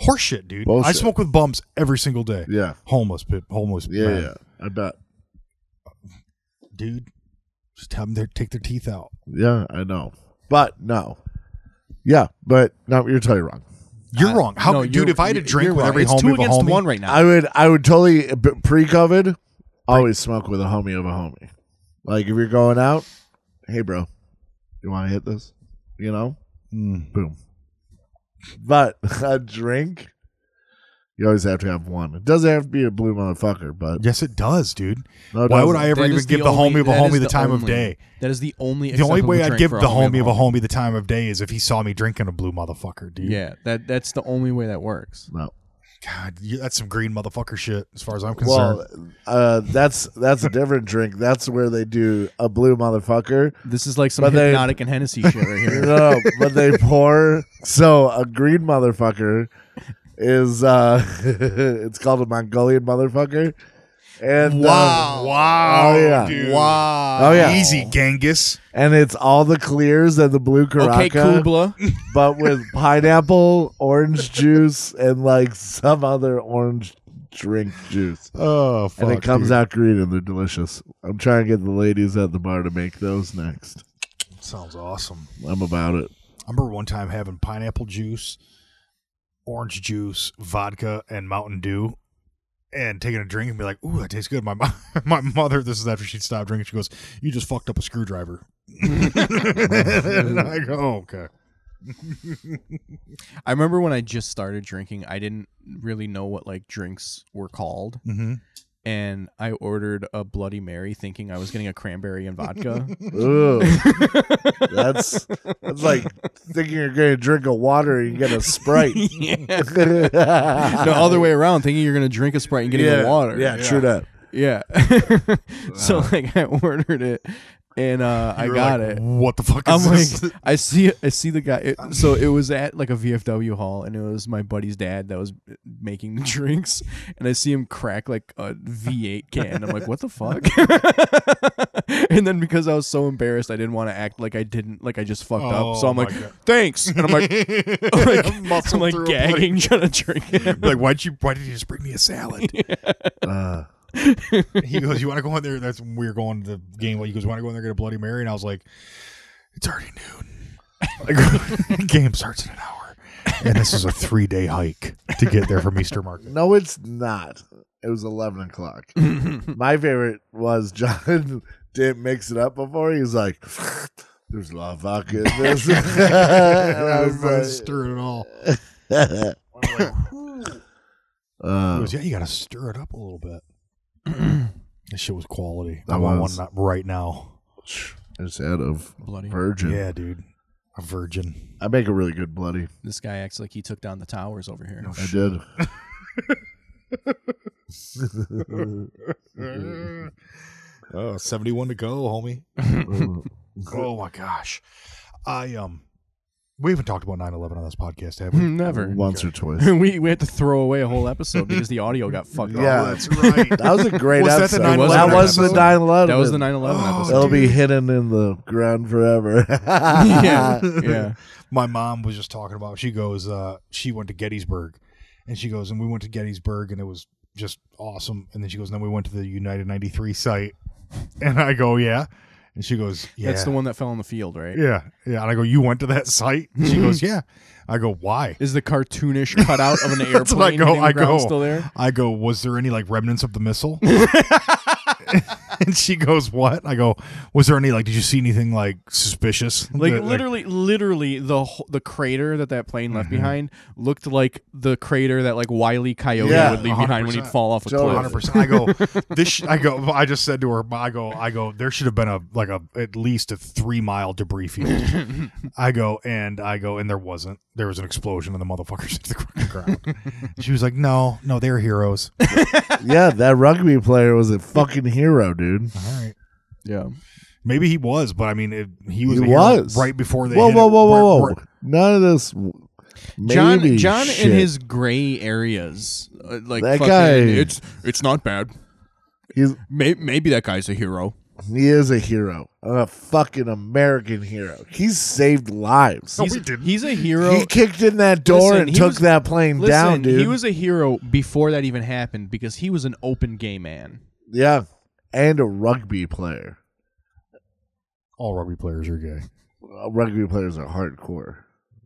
D: Horseshit, dude. I
B: Bullshit.
D: smoke with bums every single day.
B: Yeah,
D: Homeless, pe- homeless,
B: yeah,
D: man.
B: yeah. I bet.
D: dude. Just have them there, take their teeth out.
B: Yeah, I know. But no. Yeah, but no, you're totally wrong.
D: You're wrong. How,
C: No,
D: dude?
C: you're-
D: If I had to
C: you're
D: drink with
C: wrong.
D: every
C: it's
D: homie
C: two
D: of a
C: against
D: homie,
C: one right now.
B: I would, I would totally pre-COVID, always smoke with a homie of a homie. Like if you're going out, hey bro, you want to hit this? You know,
D: Mm.
B: boom. But <laughs> a drink, you always have to have one. It doesn't have to be a blue motherfucker, but
D: yes, it does, dude.
B: no, it
D: Why would
B: doesn't.
D: I ever
C: That
D: even
C: is
D: give the
C: only-
D: homie of a
C: that
D: homie
C: is
D: the, time of
C: only-
D: day?
C: That is the only.
D: The only
C: acceptable
D: way I'd
C: drink
D: give
C: for
D: the homie of a
C: homie.
D: homie the time of day is if he saw me drinking a blue motherfucker, dude.
C: Yeah, that that's the only way that works.
B: No.
D: God, you- that's some green motherfucker shit, as far as I'm concerned.
B: Well, uh, that's that's a different drink. That's where they do a blue motherfucker.
C: This is like some
B: But they-
C: hypnotic and Hennessy shit right
B: No, <laughs>
C: here.
B: no, no, but they pour. So a green motherfucker is uh, <laughs> it's called a Mongolian motherfucker. And uh,
D: wow,
B: Oh, yeah.
D: dude.
C: uh, Ah.
B: Oh, yeah.
D: easy, Genghis.
B: and it's all the clears and the blue
C: okay,
B: caraca,
C: Kubla.
B: but with pineapple, orange juice, and like some other orange drink juice.
D: Oh, fuck,
B: and it comes
D: dude.
B: out green and they're delicious. I'm trying to get the ladies at the bar to make those next.
D: Sounds awesome.
B: I'm about it.
D: I remember one time having pineapple juice, orange juice, vodka, and Mountain Dew, and taking a drink and be like, "Ooh, that tastes good." My <laughs> mo- my mother, this is after she stopped drinking. She goes, "You just fucked up a screwdriver." <laughs> and I go, oh, "Okay."
C: I remember when I just started drinking, I didn't really know what like drinks were called,
D: Mm-hmm.
C: and I ordered a Bloody Mary thinking I was getting a cranberry
B: <laughs>
C: and vodka.
B: Ooh. that's that's like thinking you're gonna drink a water and get a sprite.
C: <laughs>
B: <laughs>
C: yeah.
B: the
C: The other way around, thinking you're gonna drink a sprite and getting
B: yeah,
C: a water.
B: Yeah, true that.
C: yeah. <laughs> so like, I <laughs> ordered it, and uh, I got it.
D: What the fuck
C: I'm
D: is
C: like,
D: this?
C: I see, I see the guy. It, so it was at like a VFW hall, and it was my buddy's dad that was uh, making the <laughs> drinks, and I see him crack like a V8 can. I'm like, what the fuck? <laughs> and then because I was so embarrassed, I didn't want to act like I didn't, like I just fucked up.
D: Oh
C: So I'm
D: my
C: like,
D: God. <laughs>
C: thanks, <laughs> and <laughs> I'm like, I'm like,
D: Muscle
C: I'm like
D: through a plate.
C: gagging, <laughs> trying to drink
D: <laughs>
C: it.
D: Like, why'd you? Why did you just bring me a
B: <laughs>
D: salad?
B: Uh,
D: he goes, "You want to go in there?" That's when we were going to the game. He goes, "You want to go in there and get a Bloody Mary?" And I was like, "It's already noon. Like, <laughs> game starts in an hour, and this is a three day hike to get there from Easter
B: <laughs>
D: Market."
B: no, it's not. It was eleven o'clock. My favorite was John <laughs> didn't mix it up before. He was like, <laughs> "There's a lot of vodka in this." <laughs> and I was like,
D: stirring it all. He
B: <laughs> uh,
D: goes, "Yeah, you got to stir it up a little bit." This shit was quality. I
B: That
D: want one
B: was.
D: not right now.
B: it's out of
C: <clears throat> Bloody.
B: virgin.
D: Yeah, dude, a virgin.
B: I make a really good bloody.
C: This guy acts like he took down the towers over <laughs> here.
B: I did. <laughs> Uh,
D: Oh, 71 to go, homie. Oh my gosh. I um We haven't talked about 9 11 on this podcast, have we?
C: Never. <laughs>
B: once or twice.
C: we we had to throw away a whole episode because the audio got fucked up.
B: Yeah.
D: Oh, that's right.
B: That was a great
D: Was that the 9/11
B: episode. was the
D: episode?
B: 9 11.
C: That was the 9/11
D: Oh,
C: episode.
B: It'll be
D: dude.
B: hidden in the ground <laughs> forever.
C: <laughs> yeah, yeah.
D: my mom was just talking about she goes uh she went to gettysburg and she goes and we went to gettysburg and it was just awesome and then she goes and then we went to the united 93 site <laughs> and i go yeah and she goes yeah
C: That's the one that fell in the field, right?
D: yeah yeah and i go you went to that site and she goes yeah i go why
C: Is the cartoonish cutout of an airplane
D: That's what I go-
C: hitting the
D: I go.
C: ground still there?
D: i go was there any like remnants of the
B: <laughs>
D: missile and she goes what i go was there any like did you see anything like suspicious
C: Like
D: That,
C: literally, literally the whole, the crater that that plane left behind looked like the crater that like Wiley Coyote
B: Yeah,
C: would leave behind when he'd
D: 100%.
C: fall off a
B: Totally.
C: cliff.
D: hundred percent. I go this. Sh- I go. I just said to her. I go. I go. There should have been a like a at least a three mile debris field.
B: <laughs>
D: I go and I go and there wasn't. There was an explosion and the motherfuckers <laughs> hit the fucking ground. she was like, "No, no, they're heroes." All
B: yeah, that rugby player was a fucking hero, dude.
D: right.
C: Yeah.
D: Maybe he was, but I mean, it, he was.
B: He
D: a hero
B: was.
D: right before they.
B: Whoa,
D: hit
B: whoa,
D: it.
B: whoa,
D: Right-
B: whoa, whoa.
D: right-
B: None of this. Maybe
C: John, John,
B: shit.
C: in his gray areas, uh, like
B: That
C: fucking,
B: guy-
C: it's it's not bad.
B: He's,
C: May- maybe that guy's a hero.
B: he is a hero. A fucking American hero. He's saved lives.
D: No,
C: he's,
D: we didn't.
C: he's a hero.
B: he kicked in that door
C: Listen,
B: and
C: he
B: took
C: was-
B: that plane
C: Listen,
B: down, dude.
C: he was a hero before that even happened because he was an open gay man.
B: yeah, and a rugby player.
D: All rugby players are gay.
B: Uh, Rugby players are hardcore,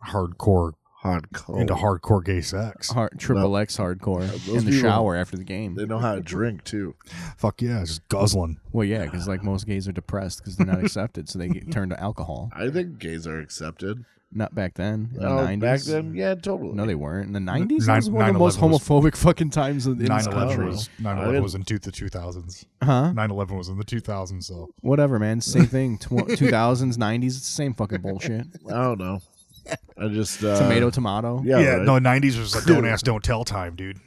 D: Hardcore
B: hardcore.
D: into hardcore gay sex.
C: Hard, triple X hardcore
B: those
C: in the
B: people-
C: shower after the game.
B: They know how to drink too.
D: Fuck yeah, just guzzling.
C: Well, yeah, because like most gays are depressed because
B: <laughs>
C: they're not accepted, so they get turned to alcohol.
B: I think gays are accepted.
C: Not back then. In
B: Oh,
C: the 90s.
B: back then, yeah, totally.
C: No, they weren't. In the nineties, that
D: Nine-
C: was one of the most
D: 9/11 was-
C: homophobic fucking times in in this
D: 9-11
C: country.
D: was,
B: I
D: 9-11
B: didn't-
D: was in two, the 2000s.
C: Huh?
D: 9-11 was in the 2000s, so.
C: Whatever, man. Same
B: <laughs>
C: thing. Two thousands, nineties. It's the same fucking bullshit.
B: I don't know. I just uh,
C: tomato, tomato.
B: Yeah,
D: yeah,
B: right.
D: no, '90s was like "Don't ask, don't tell" time, dude.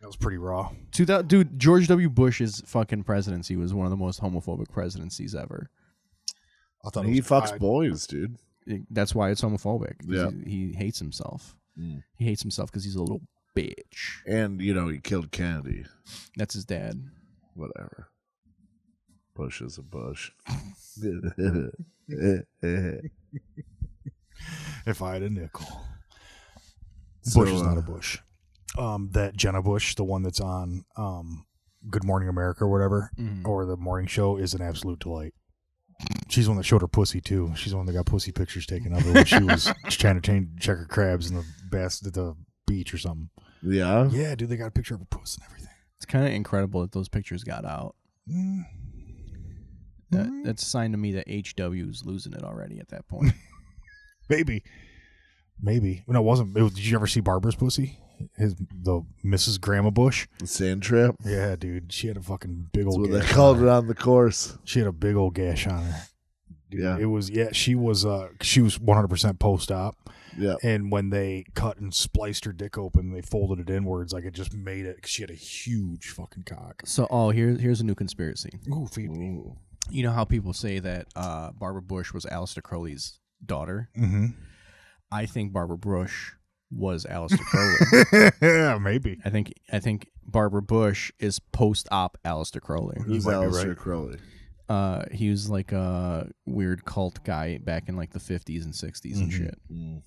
D: That was pretty raw.
C: Two thou- dude, George W. Bush's fucking presidency was one of the most homophobic presidencies ever.
D: I thought
B: He
D: it was,
B: fucks
D: I-
B: boys, dude.
C: It- that's why it's homophobic. 'cause
B: Yeah.
C: He, he hates himself.
B: Mm.
C: He hates himself because he's a little bitch.
B: And you know he killed Kennedy.
C: That's his dad.
B: Whatever. Bush is a bush. <laughs>
D: <laughs> if I had a nickel,
B: So,
D: Bush is not
B: uh,
D: a Bush. Um, that Jenna Bush, the one that's on um, Good Morning America or whatever,
C: Mm-hmm.
D: or the morning show, is an absolute delight. She's the one that showed her pussy too. She's the one that got pussy pictures taken of her when <laughs> she was trying to chain checker crabs in the best at the beach or something.
B: yeah.
D: Oh, Yeah, dude, they got a picture of her puss and everything.
C: It's kind of incredible that those pictures got out.
D: Mm.
C: That, That's a sign to me that HW's losing it already at that point.
D: Maybe. Maybe. No, it wasn't. It was- did you ever see Barbara's pussy? His the Mrs. Grandma Bush.
B: Sand trap.
D: Yeah, dude. She had a fucking big
B: That's
D: old.
B: what they
D: gash
B: called
D: on
B: it
D: her.
B: on the course.
D: She had a big old gash on her. Dude,
B: Yeah.
D: It was yeah. She was uh she was one hundred percent post op,
B: Yeah.
D: and when they cut and spliced her dick open, they folded it inwards like it just made it. 'cause she had a huge fucking cock.
C: <laughs> so, oh, here, here's a new conspiracy.
D: Ooh, feed me.
C: You know how people say that uh, Barbara Bush was Aleister Crowley's daughter?
D: Mm-hmm. <laughs>
C: I think Barbara Bush was Aleister <laughs> Crowley.
D: yeah, maybe.
C: I think I think Barbara Bush is post op Aleister Crowley.
B: Who's
D: might be
B: Aleister
D: right.
B: Crowley?
C: Uh, he was like a weird cult guy back in like the fifties and 60s and
D: Mhm.
C: shit.
B: Mm.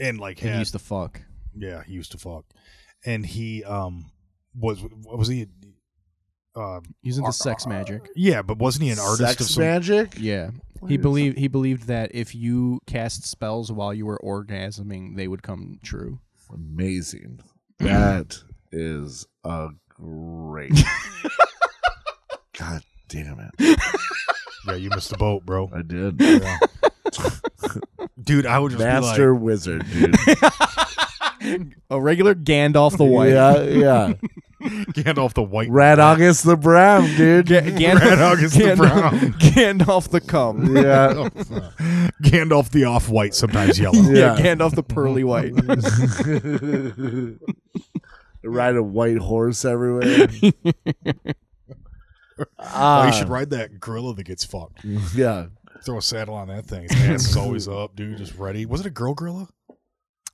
D: And like
C: And Mm-hmm. He
D: had-
C: used to fuck.
D: Yeah, he used to fuck, and he um was what was he? Uh,
C: He's into
D: Ar-
C: sex
D: ar-
C: magic.
D: yeah, but wasn't he an artist
B: Sex
D: of some?
B: magic?
C: Yeah,
B: What
C: he
B: is-
C: believed he believed that if you cast spells while you were orgasming, they would come true.
B: Amazing. That is a <laughs> great. God damn it.
D: Yeah, you missed the boat,
B: <laughs>
D: bro.
B: I did.
D: Yeah. Dude, I would just
B: Master wizard, dude.
C: A regular Gandalf the White.
B: Yeah, yeah.
D: be like <laughs> Gandalf the White.
B: Red August the Brown, dude.
D: <laughs>
C: Ga- Gandalf,
D: Red August the
C: Gandalf,
D: Brown.
C: <laughs> Gandalf the Cum.
B: yeah.
D: <laughs> <laughs> Gandalf the off white, sometimes yellow.
C: <laughs> yeah,
B: Yeah.
C: Gandalf the Pearly White.
D: <laughs>
B: ride a white horse
D: <laughs>
B: everywhere.
D: Oh,
B: Ah,
D: you Oh, should ride that gorilla that gets fucked.
B: yeah.
D: Throw a saddle on that thing. His ass is <laughs> always up, dude. Just ready. Was it a girl gorilla?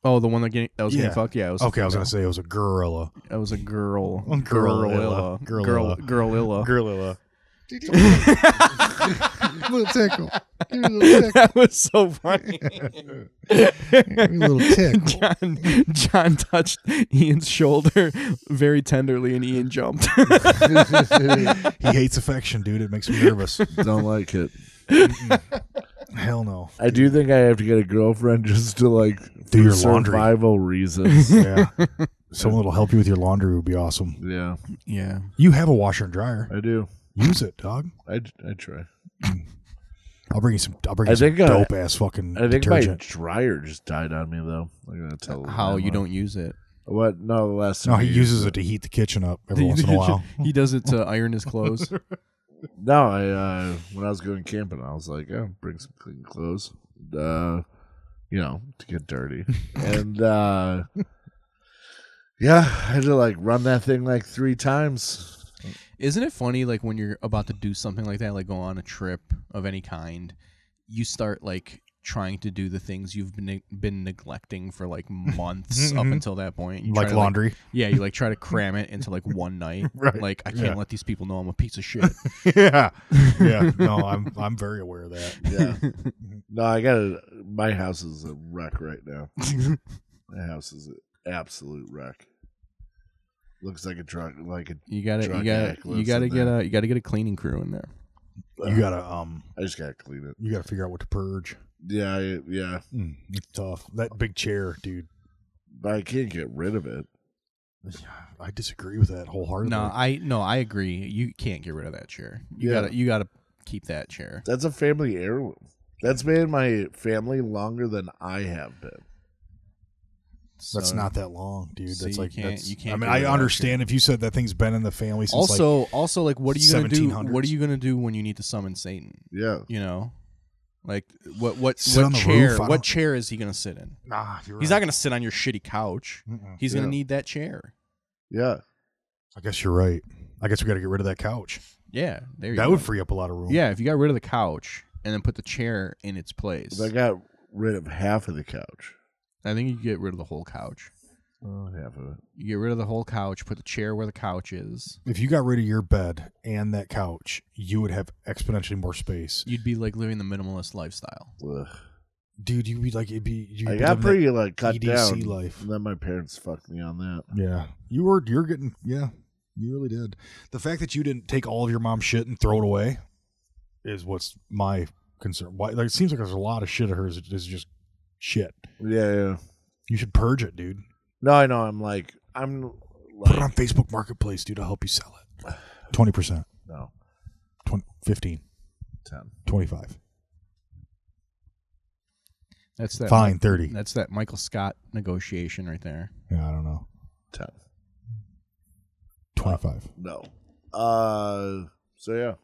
C: Oh, the one that, getting, that was
D: Yeah.
C: getting fucked. Yeah, it was a
D: Okay, I was
C: female.
D: gonna say it was a gorilla.
C: That was a girl.
D: Oh, gorilla.
C: Girlilla. Girl. Girlilla.
D: Gorilla.
C: that
D: little tickle. Give me a little
C: <laughs>
D: tickle.
C: was so funny.
D: Give me a little tickle.
C: <laughs> John, John touched Ian's shoulder <laughs> very tenderly, and Ian jumped. <laughs>
D: He hates affection, dude. It makes me nervous.
B: Don't like it.
D: <laughs> Hell no.
B: I do think I have to get a girlfriend <laughs> just to like
D: Do your
B: for
D: laundry.
B: survival
D: <laughs>
B: reasons.
D: Yeah. Someone that'll help you with your laundry would be awesome.
B: yeah,
C: yeah.
D: You have a washer and dryer.
B: I do.
D: Use it, dog.
B: I, I try.
D: I'll bring you some. I'll bring you
B: I
D: some
B: think, uh,
D: dope ass fucking
B: I think my
D: detergent.
B: dryer just died on me though. I'm gonna tell
C: How
B: them
C: you
B: that.
C: don't use it?
B: What? No, the last
D: no,
B: time
D: he
B: I
D: uses
B: used
D: it to heat the kitchen up
B: <laughs>
D: every once in a while.
C: <laughs> he does it to iron
D: <laughs>
C: his clothes.
B: No, I uh, when I was going camping, I was like, oh, bring some clean clothes, uh, you know, to
D: <laughs>
B: get dirty, and uh, yeah, I had to like run that thing like three times.
C: Isn't it funny? Like when you're about to do something like that, like go on a trip of any kind, you start like trying to do the things you've been been neglecting
D: <laughs>
C: for like months up
D: Mhm.
C: until that point. You try
D: Like
B: <laughs>
C: to,
D: laundry. <laughs>
C: yeah, you like try to cram it into like one night.
D: Right.
C: Like I can't
D: Yeah.
C: let these people know I'm a piece of shit.
D: yeah. <laughs>
C: <laughs>
D: Yeah. No,
B: <laughs>
D: I'm I'm very aware of that.
B: Yeah, no, I got to My house is a wreck right now. My house is an absolute wreck. Looks like a truck, like a,
C: You gotta,
B: Drug
C: you gotta,
B: addict
C: you
B: lives
C: gotta
B: in
C: get
B: there.
C: a, you gotta get a cleaning crew in there.
B: Uh,
D: You gotta um
B: I just gotta clean it.
D: you gotta figure out what to purge.
B: Yeah, I, yeah,
D: Mm, it's tough. That big chair, dude.
B: but I can't get rid of it.
D: I disagree with that wholeheartedly.
C: No, I, no, I agree. You can't get rid of that chair. You
B: Yeah.
C: gotta, you gotta keep that chair.
B: That's a family heirloom. That's been in my family longer than I have been.
D: that's
C: So-
D: not that long, dude.
C: so
D: that's
C: you
D: like
C: can't-
D: that's,
C: you can't
D: I
C: get
D: mean,
C: rid
D: I
C: of that
D: understand if you said that thing's been in the family since like,
C: Also, also, like, what are you gonna do?
D: 1700s.
C: What are you gonna do when you need to summon Satan?
B: Yeah.
C: You know, like, what, what,
D: Sit on
C: what
D: the
C: chair?
D: roof, I
C: what
D: don't-
C: chair is he gonna sit in?
D: nah, you're
C: He's
D: right.
C: not gonna sit on your shitty couch.
D: Mm-mm.
C: He's
B: Yeah.
C: gonna need that chair.
B: Yeah.
D: I guess you're right. I guess we got to get rid of that couch.
C: Yeah, there you
D: That
C: go.
D: would free up a lot of room.
C: yeah, if you got rid of the couch and then put the chair in its place,
B: I got rid of half of the couch.
C: I think you get rid of the whole couch.
B: Oh, half of it.
C: You get rid of the whole couch. Put the chair where the couch is.
D: If you got rid of your bed and that couch, you would have exponentially more space,
C: You'd be like living the minimalist lifestyle.
B: Ugh.
D: dude. You'd be like, it'd be. You'd
B: I
D: be
B: got
D: living
B: pretty like cut
D: EDC
B: down.
D: E life.
B: And then my parents fucked me on that.
D: that- Yeah, you were. You're getting. Yeah, you really did. The fact that you didn't take all of your mom's shit and throw it away is what's my concern. Why? Like, it seems like there's a lot of shit of hers that is just shit.
B: Yeah, yeah.
D: You should purge it, dude.
B: No, I know. I'm like, I'm
D: Put it
B: like,
D: on Facebook Marketplace, dude. I'll help you sell it. Twenty percent,
B: no,
D: 15,
B: 10.
D: 25,
C: That's that.
D: fine, thirty.
C: That's that Michael Scott negotiation right there.
D: Yeah, I don't know.
B: 10.
D: 25.
B: No. Uh, so yeah.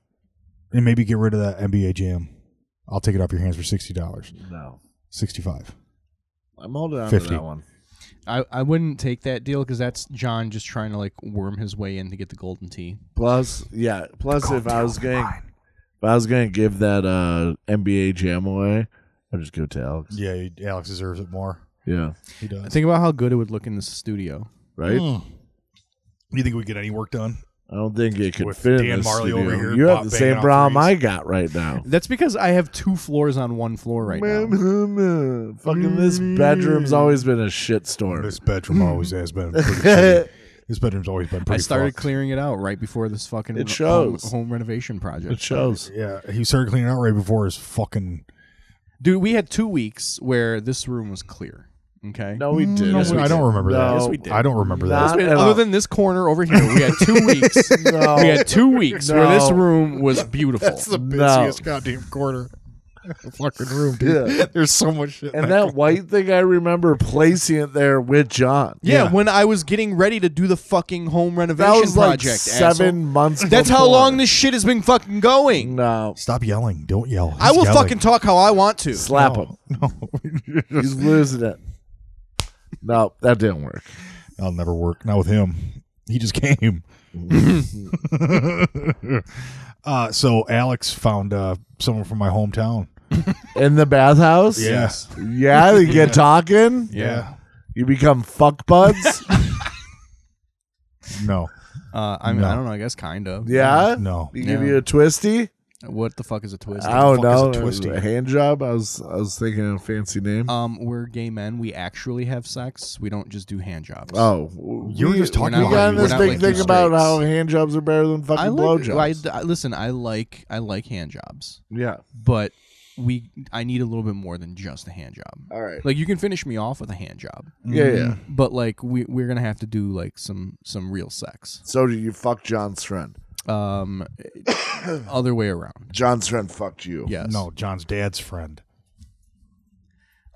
D: And maybe get rid of that NBA Jam. I'll take it off your hands for $60.
B: No.
D: 65.
B: I'm holding on to
D: 50.
B: that one.
C: I, I wouldn't take that deal because that's John just trying to like worm his way in to get the golden tea.
B: Plus, yeah. Plus, if I was going, if I was going to give that uh NBA Jam away, I'd just go to Alex.
D: Yeah, Alex deserves it more.
B: Yeah.
D: He does.
C: Think about how good it would look in the studio.
B: Right.
D: Hmm.
C: Hmm.
D: You think we get any work done?
B: I don't think it could
D: With
B: fit
D: Dan
B: in this
D: Marley
B: studio.
D: over here,
B: you
D: bop
B: have the
D: banging
B: same
D: on
B: problem
D: threes.
B: I got right now.
C: That's because I have two floors on one floor <laughs> right now.
B: Fucking this bedroom's always been a shitstorm. <laughs>
D: This bedroom always has
C: <laughs>
D: been pretty shitty. This bedroom's always been pretty
C: Hmm. I started
D: fucked.
C: clearing it out right before this fucking
B: It
C: home,
B: shows.
C: home renovation project.
B: It shows.
D: Yeah, he started cleaning out right before his fucking.
C: Dude, we had two weeks where this room was clear. Okay.
B: Mm, No, we didn't.
D: Yes, I don't remember that.
B: No.
C: Mm. Yes, we did.
D: I don't remember that.
B: Not
C: <laughs> Other
B: at all.
C: than this corner over here, we had
B: <laughs>
C: two weeks.
B: No.
C: <laughs> We had two weeks where this
B: No.
C: room was beautiful.
B: No.
D: goddamn
C: <laughs>
D: quarter. The fucking room,
B: Yeah.
D: There's so much shit.
B: And
C: <laughs>
B: that white thing, I remember placing it there with John.
C: yeah,
D: Yeah.
C: when I was getting ready to do the fucking home renovation
B: That was like
C: project. asshole.
B: seven months.
C: That's how
B: before.
C: long this shit has been fucking going.
B: No,
D: Stop yelling. Don't yell.
C: I
D: He's
C: will
D: yelling.
C: fucking talk how I want to.
B: slap him.
D: <laughs> No.
B: He's losing
C: <laughs>
B: it. No, that didn't work.
D: That'll never work. Not with him. He just
C: <laughs>
D: came. <laughs> uh, so Alex found uh, someone from my hometown
B: in the bathhouse?
D: Yes.
B: Yeah, they
C: <laughs>
B: get talking.
D: Yeah.
B: You become fuck
C: <laughs>
B: buds.
D: No.
C: Uh, I mean,
D: No.
C: I don't know. I guess kind of.
B: yeah.
D: No.
B: You give
C: Yeah.
B: you a twisty.
C: What the fuck is a twist?
B: I don't
D: fuck is a
B: know.
D: twisty?
B: A hand job. I was I was thinking of a fancy name.
C: um, we're gay men. We actually have sex. We don't just do hand jobs.
B: oh,
D: You were
B: we-
D: just talking
B: We
C: about
B: got
C: how
B: in
C: you-
B: this
C: we're not
B: big
C: like
B: thing
C: two
B: about
C: straights.
B: how hand jobs are better than
C: I
B: fucking
C: like.
B: blowjobs.
C: I, I- listen, I like. I like hand jobs,
B: Yeah.
C: but we. I need a little bit more than just a hand job.
B: All right.
C: Like mm-hmm. you can finish me off with a hand job,
B: Yeah, yeah.
C: but like we we're gonna have to do like some some real sex.
B: So did you fuck John Stren? <coughs>
C: Um, other way around.
B: John Stren fucked you.
C: Yes.
D: No, John's dad's friend.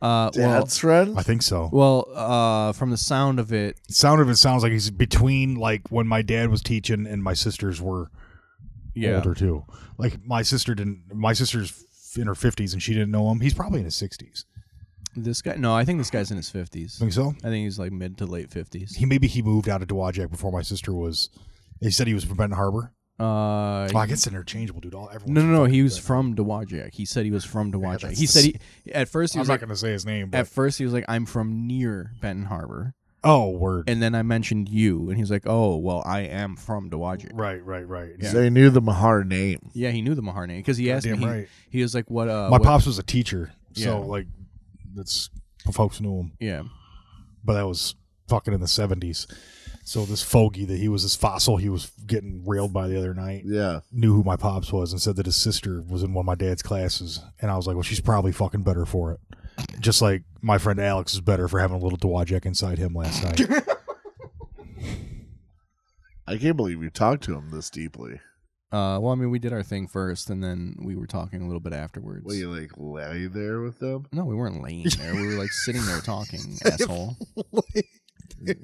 C: Uh, well,
B: Dad Stren?
D: I think so.
C: well, uh, from the sound of it,
D: Sound of it sounds like he's between like when my dad was teaching and my sisters were
C: yeah.
D: older too. Like my sister didn't. My sister's in her fifties and she didn't know him. He's probably in his sixties.
C: This guy. No, I think this guy's in his fifties.
D: Think so?
C: I think he's like mid to late fifties.
D: He maybe he moved out of Dowagiac before my sister was. They said he was from Benton Harbor.
C: Uh,
D: Oh, I guess interchangeable, dude. All everyone.
C: no, no, no. He was from Dowagiac. He said he was from Dowagiac.
D: that's
C: he
D: the
C: said he at first he
D: I'm
C: was
D: not
C: like
D: gonna say his name.
C: at
D: But,
C: first he was like I'm from near Benton Harbor,
D: oh, word.
C: and then I mentioned you, and he's like, oh well, I am from Dowagiac.
D: right, right, right.
C: Yeah.
B: They knew the Mahar name.
C: Yeah, he knew the Mahar name because he asked me.
D: Goddamn
C: He,
D: right.
C: he was like, what? Uh,
D: my
C: what-
D: pops was a teacher,
C: Yeah.
D: so like that's folks knew him.
C: Yeah.
D: but that was fucking in the seventies. So this fogey that he was this fossil he was getting railed by the other night
B: Yeah.
D: knew who my pops was and said that his sister was in one of my dad's classes, and I was like, well, she's probably fucking better for it. Just like my friend Alex is better for having a little Dwajek inside him last
B: <laughs>
D: night.
B: I can't believe you talked to him this deeply.
C: Uh, well, I mean, we did our thing first, and then we were talking a little bit afterwards.
B: What, you like lay there with them?
C: No, we
D: <laughs>
C: weren't laying there. We were like sitting there talking, asshole. Yeah. We- we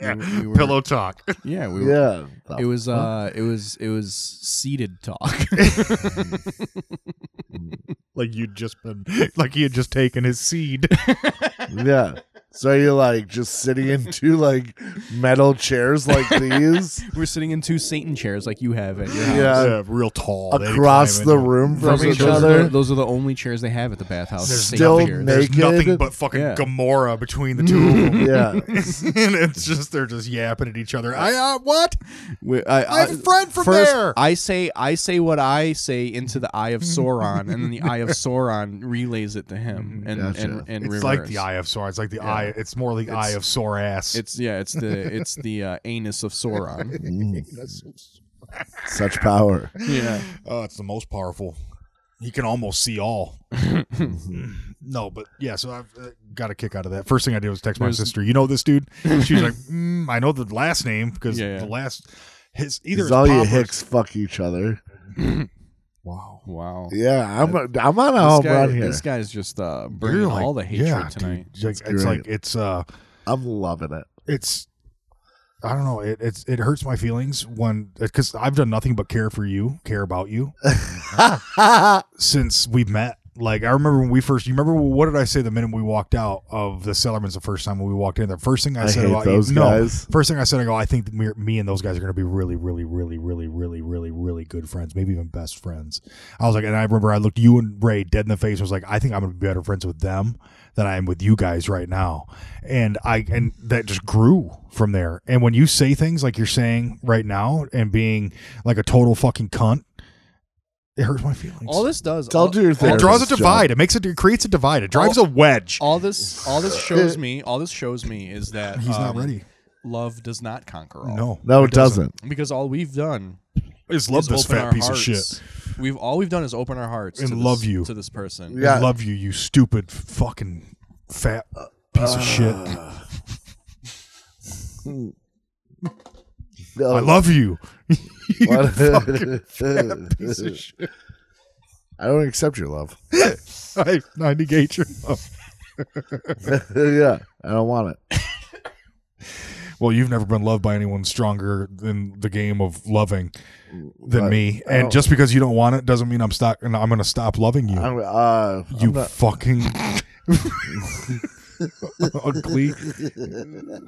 B: <laughs>
C: were- Pillow
D: talk.
C: Yeah, we were.
B: Yeah.
C: It was uh, it was it was
D: <laughs>
C: seated talk.
D: <laughs>
C: <laughs>
D: Like you'd just been like he had just taken his seed.
B: <laughs> <laughs> yeah. So you're like just sitting in two like metal chairs
C: <laughs>
B: like these
C: We're sitting in two Satan chairs like you have at your house.
B: Yeah.
D: real tall. They'd
B: Uh, across
D: climb
B: the
D: in.
B: room from
C: Those, are,
B: each
C: those, Are the,
B: other.
C: those are the only chairs they have at the bathhouse.
D: There's
C: Satan
B: still
C: chairs.
B: na-
D: There's
B: naked.
D: nothing but fucking
C: Yeah.
D: Gamora between the
B: <laughs>
D: two of them. <laughs>
C: <laughs>
B: Yeah.
D: and it's just they're just yapping at each other. I uh, what?
C: We- I,
D: I have a friend from
C: first,
D: there.
C: I say I say what I say into the eye of Sauron, and then the
D: <laughs>
C: eye of Sauron relays it to him, and
B: Gotcha.
C: and, and
D: Mm-hmm. It's
C: reverse.
D: like the eye of Sauron. It's like the eye. It's more like eye of sore ass.
C: It's yeah, it's the it's the uh, anus
D: <laughs>
C: of Sauron.
B: Mm. Such power.
C: yeah,
D: oh, it's the most powerful. He can almost see
C: <laughs>
D: all. Mm-hmm. no, but yeah. So I've uh, got a kick out of that. First thing I did was text my sister. You know this
C: <laughs>
D: dude? She was like, mm, I know the last name because
C: Yeah, yeah.
D: the last his either
B: Because
D: his
B: all you
D: pop or-
B: hicks fuck each other.
D: Wow.
C: wow.
B: Yeah, I'm a, I'm on a home
C: This, guy,
B: run here.
C: this guy's just uh, bringing
D: You're like,
C: all the hatred
D: yeah,
C: tonight.
D: Dude, Like,
B: great.
D: it's like it's uh
B: I'm
D: <laughs>
B: loving it.
D: it's I don't know. It it's, it hurts my feelings when because I've done nothing but care for you, care about you since we've met. Like I remember when we first. You remember what did I say the minute we walked out of the Sellerman's the first time when we walked in? The first thing I,
B: I
D: said
B: hate
D: about
B: those
D: you, no,
B: guys.
D: First thing I said, I go. I think me, me and those guys are going to be really, really, really, really, really, really, really good friends. Maybe even best friends. I was like, and I remember I looked you and Ray dead in the face. and was like, I think I'm going to be better friends with them than I am with you guys right now. And I and that just grew from there. And when you say things like you're saying right now and being like a total fucking cunt, it hurts my feelings.
C: All this does
B: Tell
C: all,
B: do your
C: all,
D: it draws a
B: Therapist, John.
D: divide. It makes it, it creates a divide. It drives
C: All-
D: a wedge.
C: all this
D: <laughs>
C: all this shows me all this shows me is that
D: He's not
C: um,
D: ready.
C: Love does not conquer all.
D: No,
B: No, it doesn't.
C: because all we've done
D: I just love
C: is
D: this
C: open
D: fat
C: our
D: piece
C: hearts.
D: of shit.
C: We've all we've done is open our hearts
D: And
C: to
D: love
C: this,
D: you.
C: to this person.
B: Yeah.
D: I love you, you stupid fucking fat piece of shit. I love you. <laughs>
B: What- <laughs> I don't accept
D: <laughs>
B: your love.
D: I, I negate your love.
B: yeah, I don't want it.
D: <laughs> Well, you've never been loved by anyone stronger than the game of loving than
B: But
D: me.
B: I don't-
D: And just because you don't want it doesn't mean I'm stuck and I'm going to stop loving you.
B: I'm, uh,
D: you
B: I'm not- <laughs>
D: fucking ugly,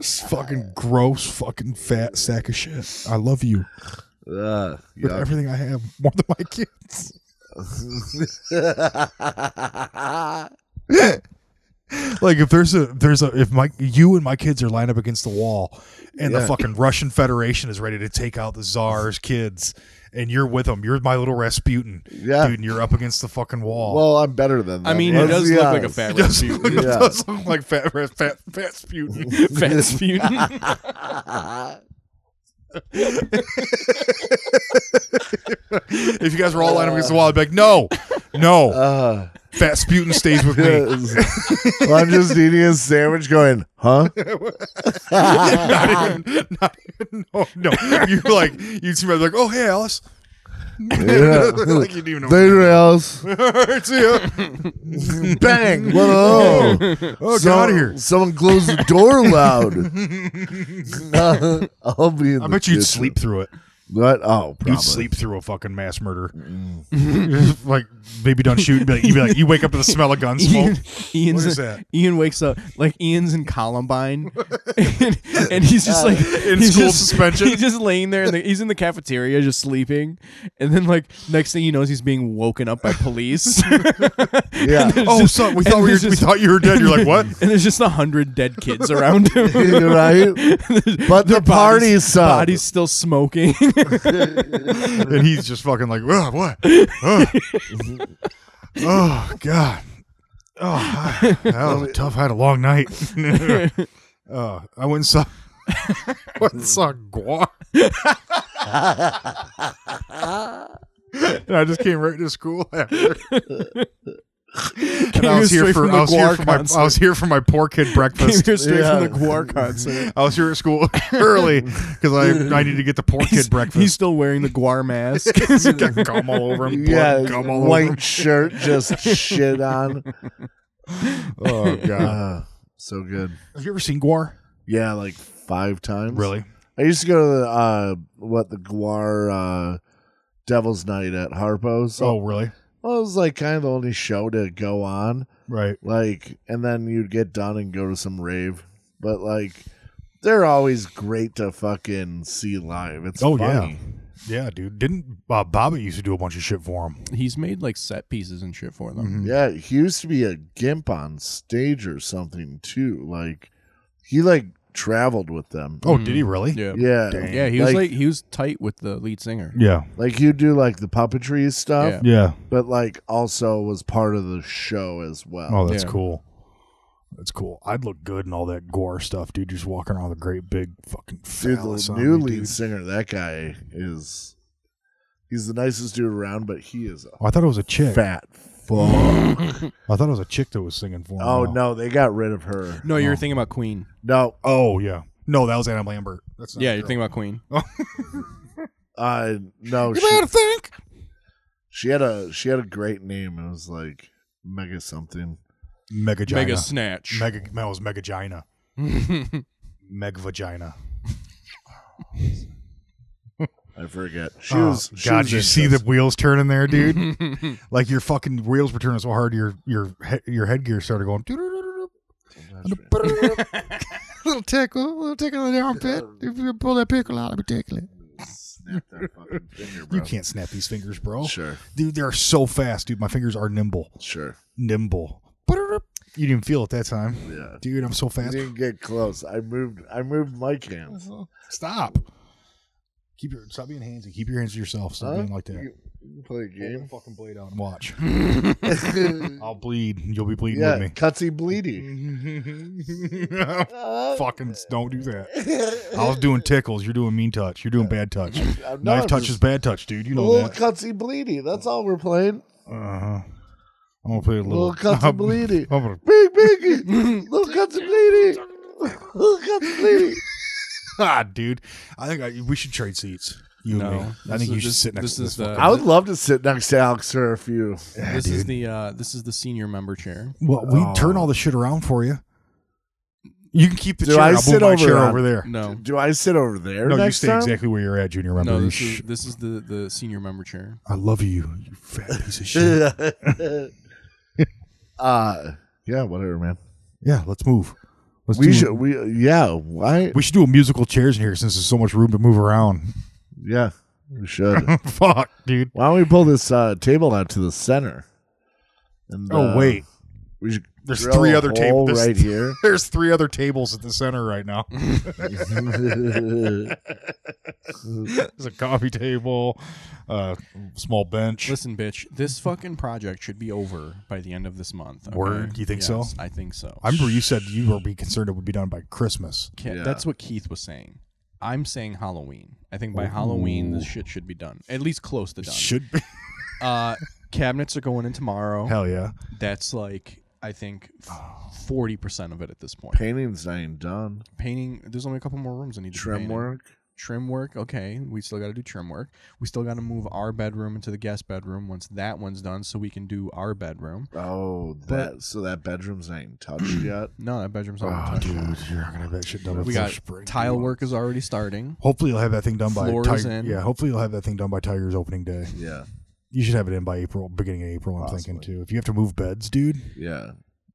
D: fucking gross, fucking fat sack of shit. I love you
B: uh,
D: with <laughs>
B: yuck.
D: everything I have more than my kids. Like if there's a there's a if my you and my kids are lined up against the wall, and the
B: Yeah.
D: fucking Russian Federation is ready to take out the Tsar's kids, and you're with them, you're my little Rasputin,
B: Yeah.
D: dude, and you're up against the fucking wall. <laughs>
B: well, I'm better than that.
C: I mean, he
B: Let's
C: does
B: be
C: look like a
B: honest.
C: fat
D: it does
C: <laughs>
D: look,
C: Rasputin.
D: <laughs> it
B: Yeah.
D: does look like fat Ras- fat fat Rasputin.
C: <laughs> fat Rasputin.
D: if you guys were all lined up against the wall, I'd be like, no, no,
B: <laughs>
D: <laughs>
B: Uh,
D: fat Sputin stays with me.
B: yes. Well, I'm just eating a sandwich going, huh?
D: <laughs> not even, not even, no, no. You're like, you'd see me like, oh, hey, Alice. <laughs>
B: Yeah.
D: like, you'd even know.
B: Later, Alice.
D: See ya.
B: Bang. Whoa.
D: <laughs> Oh,
B: Some-
D: get out of here.
B: Someone close the door
D: <laughs>
B: loud. <laughs> I'll be in
D: I
B: the
D: bet you'd
B: kitchen.
D: sleep through it.
B: What? Oh, probably.
D: You'd sleep through a fucking mass murder. <laughs> like, maybe don't shoot. But you'd be like, you wake up to the smell of gun smoke.
C: Ian, Ian's,
D: What is that?
C: Ian wakes up like Ian's in
D: <laughs>
C: Columbine, and, and he's just like
D: in
C: he's
D: school
C: just-
D: suspension?
C: He's just laying there, and he's in the cafeteria just sleeping. And then like next thing he knows, he's being woken up
D: <laughs>
C: by police. <laughs>
B: Yeah.
D: Oh, son, we
C: and
D: thought we, were,
C: there's
D: we
C: just-
D: thought you were dead. You're like, what?
C: and there's just a hundred dead kids
D: <laughs>
C: around him. <laughs>
B: You're right? But the
C: Their bodies-
B: party sucked.
C: Body's still smoking. <laughs>
D: <laughs> and he's just fucking like, "Ugh, what?
C: <laughs>
D: Ugh." oh God. Oh, hi. that
C: <laughs>
D: was a tough. I had a long night. uh, I went and saw. <laughs> went and saw Guar. and I just came right to school after.
C: <laughs>
D: and I was
C: here
D: here
C: straight
D: for
C: from the
D: I was here
C: Guar
D: for my
C: concert.
D: I was here for my poor kid breakfast.
C: <laughs> Came here straight
B: Yeah.
C: from the Guar concert.
D: I was here at school <laughs> early because I I need to get the poor
C: He's-
D: kid breakfast.
C: He's still wearing the Guar mask.
D: <laughs> He's got gum all over him. Blood
B: Yeah,
D: gum all
B: white
D: over him.
B: shirt,
D: <laughs>
B: just shit on.
D: Oh god.
B: Ah, so good.
D: Have you ever seen Guar?
B: Yeah, like five times.
D: Really?
B: I used to go to the uh, what the Guar uh, Devil's Night at Harpo's.
D: Oh, really?
B: Well, it was like kind of the only show to go on.
D: Right.
B: Like, and then you'd get done and go to some rave. But like, they're always great to fucking see live. It's
D: Oh,
B: funny.
D: Yeah, dude. Didn't uh, Bobby used to do a bunch of shit for him?
C: he's made like set pieces and shit for them.
B: Yeah, he used to be a gimp on stage or something too. Like, he like traveled with them.
D: Oh, did he really?
C: Yeah.
B: yeah,
D: Dang.
C: Yeah, he was
B: Like-
C: like he was tight with the lead singer.
D: Yeah.
B: like you do like the puppetry stuff,
C: Yeah.
D: Yeah.
B: but like also was part of the show as well.
D: Oh, that's
C: Yeah.
D: cool. That's cool. I'd look good in all that Guar stuff, dude. Just walking around with a great big fucking
B: dude,
D: phallus
B: the
D: on
B: new
D: me,
B: lead
D: dude.
B: singer, that guy is he's the nicest dude around, but he is a
D: Oh, I thought it was a chick.
B: fat fuck.
D: I thought it was a chick that was singing for him.
B: oh no, they got rid of her.
C: No, you were thinking about Queen.
B: No,
D: Oh yeah. No, that was Adam Lambert. That's not
C: yeah,
D: a
C: you're
D: girl.
C: thinking about Queen.
B: uh no
D: You
B: she,
D: better think.
B: she had a she had a great name. It was like Mega something.
D: Mega
C: Mega Snatch.
D: Mega that was Megagina.
C: <laughs>
D: Meg vagina.
B: I forget. She
D: Oh,
B: was she
D: God,
B: was
D: you see the
B: interesting.
D: wheels turning there, dude? like your fucking wheels were turning so hard your your he- your headgear started going <laughs> little tickle, little tickle in the armpit. If you pull that pickle out, I'm tickle it.
B: Snap that fucking finger,
D: <laughs>
B: bro.
D: You can't Oh. snap these fingers, bro.
B: Sure,
D: Dude, they're so fast, dude. My fingers are nimble.
B: sure.
D: Nimble. You didn't feel it that time.
B: Yeah.
D: Dude, I'm so
B: I
D: fast.
B: didn't get close. I moved I moved my hands.
D: Uh-huh. Stop. Keep your stop being handsy. Keep your hands to yourself. Stop being like that.
B: You you can play a
D: Hold the
B: game.
D: fucking blade out and watch. <laughs> I'll bleed. and You'll be bleeding
B: <laughs> yeah,
D: with
B: cutsy bleedy.
D: Mm-hmm. me. <laughs>
B: <laughs>
D: fucking don't do that. I was doing tickles. You're doing mean touch. You're doing bad
B: <laughs>
D: touch.
B: I'm
D: Knife
B: not
D: touch
B: just-
D: is bad touch, dude. You know
B: little
D: that.
B: cutsy bleedy. That's all we're playing.
D: Uh-huh. I'm gonna play a little.
B: Little
D: <laughs>
B: cutsy bleedy.
D: I'm gonna-
B: Big big little cutsy bleedy. Little cutsy bleedy.
D: ah, dude. I think I, we should trade seats. You and
C: No.
D: me. I
C: This
D: think
C: is-
D: you should
C: this-
D: sit next
C: this
D: to
C: is
D: this.
C: the-
D: fucking-
B: I would love to sit next to Alex Serafew.
C: this is the uh this is the senior member chair.
D: well, we
B: Oh.
D: turn all the shit around for you. You can keep the
B: Do
D: chair.
B: I
D: I'll move
B: sit
D: my
B: over
D: chair
B: on-
D: over there.
C: No.
B: Do I sit over there?
D: No, you
B: next
D: stay
B: time?
D: exactly where you're at, Junior. Remember,
C: No,
D: You
C: this is
D: sh-
C: this is the the senior member chair.
D: I love you, you fat
B: <laughs>
D: piece of shit.
B: uh yeah, whatever, man.
D: yeah, let's move. Let's
B: We
D: do-
B: should we yeah, why
D: We should do a musical chairs in here since there's so much room to move around. <laughs>
B: yeah. We <laughs> should.
D: Fuck, dude.
B: Why don't we pull this uh, table out to the center? And,
D: Oh
B: uh,
D: wait,
B: we should
D: there's
B: drill
D: three
B: a
D: other
B: hole
D: tables.
B: right here.
D: <laughs>
B: <laughs>
D: There's three other tables at the center right now. <laughs> There's a coffee table, a small bench.
C: Listen, bitch, this fucking project should be over by the end of this month. okay?
D: Word? You think so?
C: Yes, I think so.
D: I remember you said you were be concerned it would be done by Christmas.
C: Ke-
B: Yeah.
C: That's what Keith was saying. I'm saying Halloween. I think by Halloween, this shit should be done. At least close to done.
D: Should be.
C: Uh, cabinets are going in tomorrow.
D: Hell Oh. yeah.
C: That's like, I think, f- 40% of it at this point.
B: Painting's not even done.
C: Painting, there's only a couple more rooms I need to do
B: Trim
C: painting.
B: work.
C: Trim work, okay. We still got to do trim work. We still got to move our bedroom into the guest bedroom once that one's done so we can do our bedroom.
B: Oh, that so that bedroom's not even touched
D: <clears throat>
B: yet.
C: No, that bedroom's not
D: Oh,
C: touched.
D: dude, you're not gonna have that shit done.
C: We
D: before
C: got
D: spring,
C: tile
D: dude.
C: work is already starting.
D: Hopefully, you'll have that thing done by
C: Floor is
D: Tiger.
C: in.
D: Yeah, hopefully, you'll have that thing done by Tiger's opening day.
B: Yeah,
D: You should have it in by April, beginning of April. I'm thinking
B: Possibly.
D: too. If you have to move beds, dude.
B: yeah.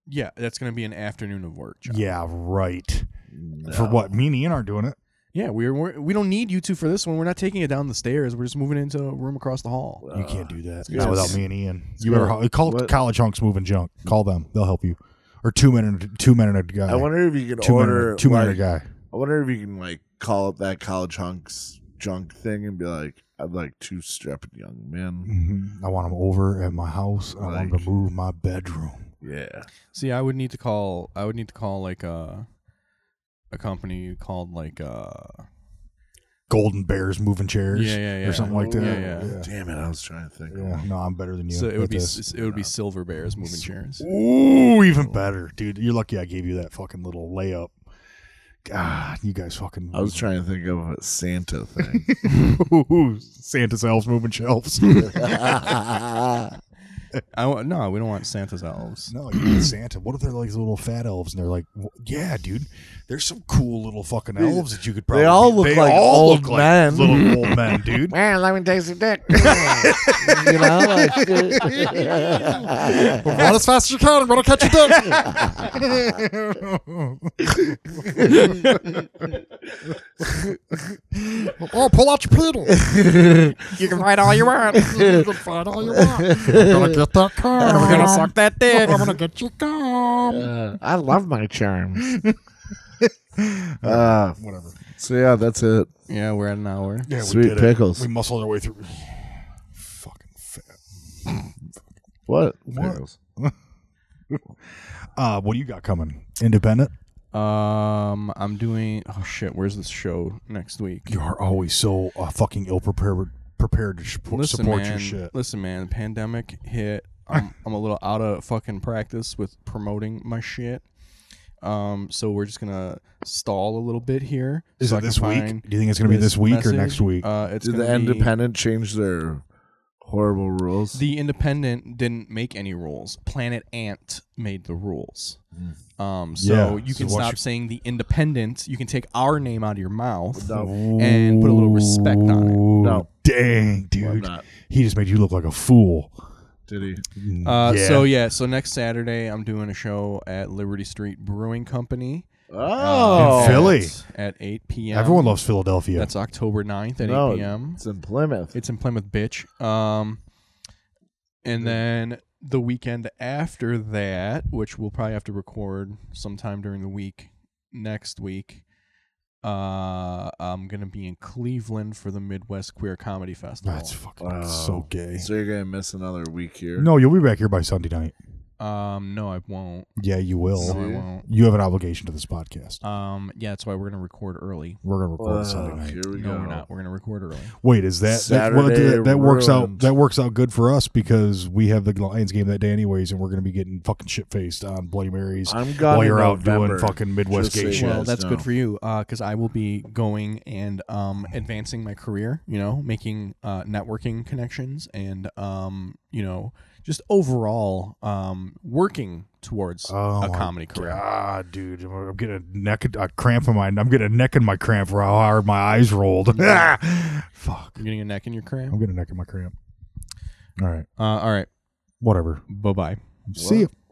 C: Yeah, that's going to be an afternoon of work. Job.
D: Yeah, right.
B: No.
D: For what? Me and Ian aren't doing it.
C: Yeah, we're, we're we don't need you two for this one. We're not taking it down the stairs. We're just moving into a room across the hall.
D: you
B: uh,
D: can't do that.
B: good.
D: Not without me and Ian. You
B: good.
D: better call
B: What-
D: college hunks moving junk. Call them. They'll help you. Or two men and two men and a guy.
B: I wonder if you can
D: two men,
B: order
D: and- two men and a
B: like,
D: guy.
B: I wonder if you can like call up that college hunks junk thing and be like, I'd like two strapping young men.
D: Mhm. I want them over at my house. I want 'em
B: Like-
D: to move my bedroom.
B: Yeah.
C: See, I would need to call. I would need to call like a a company called like uh
D: Golden bears moving chairs.
C: Yeah, yeah, yeah.
D: Or something like that.
C: Yeah, yeah.
B: Damn it, I was trying to think. of
D: Yeah,
B: one.
D: No, I'm better than you.
C: so it
D: at
C: would be
D: this. Uh,
C: s it would be silver bears moving chairs.
D: Ooh, even better, dude. You're lucky I gave you that fucking little layup. God, you guys fucking.
B: I was trying to think of a
D: <laughs>
B: Santa thing.
D: Ooh, <laughs> Santa's elves moving
C: <laughs>
D: shelves.
C: I wa- no, we don't want Santa's elves.
D: no, you mean Santa. What if they're like these little fat elves and they're like, "W- yeah, dude, there's some cool little fucking elves that you could probably.
B: all look like
D: all
B: old
D: look
B: men.
D: little old men,
E: <laughs>
D: dude.
E: Man, let me taste
B: <laughs>
E: your dick. <laughs>
B: you know, <laughs> like,
D: Run as fast as you can. I'm gonna catch
B: <laughs>
D: your dick. oh, pull out your pedal.
E: You can fight all you want.
D: you can fight all you want. I'm gonna get that car.
E: We're gonna suck that dick.
D: I'm gonna get your gum.
E: I love my charms.
B: uh,
D: Whatever.
B: so yeah, that's it.
C: Yeah, we're at an hour.
D: Yeah,
B: Sweet
D: we did it.
B: pickles.
D: We muscled our way through. <sighs> Fucking fat.
B: What?
D: What? Uh, what do you got coming? Independent.
C: Um, I'm doing. Oh shit, where's this show next week?
D: You are always so uh, fucking ill prepared prepared to sh- support your shit.
C: Listen, man, pandemic hit.
D: <laughs>
C: I'm, I'm a little out of fucking practice with promoting my shit. Um, so we're just gonna stall a little bit here.
D: Is
C: so I
D: it
C: can
D: this week?
C: find
D: Do you think it's gonna be this week or
C: message.
D: next week?
C: Uh, it's
B: Did the
C: gonna be-
B: Independent change their horrible rules?
C: The Independent didn't make any rules. Planet Ant made the rules.
B: Mm.
C: Um, so
D: Yeah,
C: you
D: so
C: can
D: what
C: stop
D: you-
C: saying the Independent. You can take our name out of your mouth and put a little respect on it.
D: Ooh,
B: No.
D: Dang,
B: I'm
D: dude.
B: not.
D: He just made you look like a fool.
B: Did he?
C: Uh,
D: Yeah.
C: So yeah, so next Saturday I'm doing a show at Liberty Street Brewing Company.
B: Oh,
D: In Philly.
C: at 8 p.m.
D: Everyone loves Philadelphia.
C: That's October 9th at
B: No,
C: 8 p.m.
B: It's in Plymouth.
C: It's in Plymouth, bitch. Um, and then the weekend after that, which we'll probably have to record sometime during the week next week. Uh, I'm gonna be in Cleveland for the Midwest Queer Comedy Festival.
D: That's fucking
B: Wow.
D: so gay.
B: So you're gonna miss another week here.
D: No, you'll be back here by Sunday night.
C: um, no, I won't.
D: Yeah, you will.
C: No, I won't.
D: You have an obligation to this podcast.
C: Um, yeah, that's why we're gonna record early.
D: We're gonna record
B: Wow,
D: Sunday night.
B: here we
C: No,
B: go.
C: we're not. We're gonna record early.
D: Wait, is that that,
B: Saturday
D: well, that, that works out?
B: ruined.
D: That works out good for us because we have the Lions game that day anyways, and we're gonna be getting fucking shit faced on Bloody Marys
B: I'm gone
D: while
B: in
D: you're out
B: November.
D: doing fucking Midwest
B: Just so
D: gay
B: you
D: shit.
B: know.
C: Well,
B: Yes,
C: that's
B: no.
C: good for you because I will be going and um, advancing my career. You know, making uh, networking connections and um, you know just overall um, working towards
D: Oh
C: a
D: my
C: comedy career.
D: God, dude, I'm- I'm getting a neck a cramp in my. I'm getting a neck in my cramp for how hard my eyes rolled. <laughs> Fuck,
C: You're getting a neck in your cramp.
D: I'm getting a neck in my cramp. All right,
C: Uh, all right,
D: whatever.
C: bye bye.
D: See you.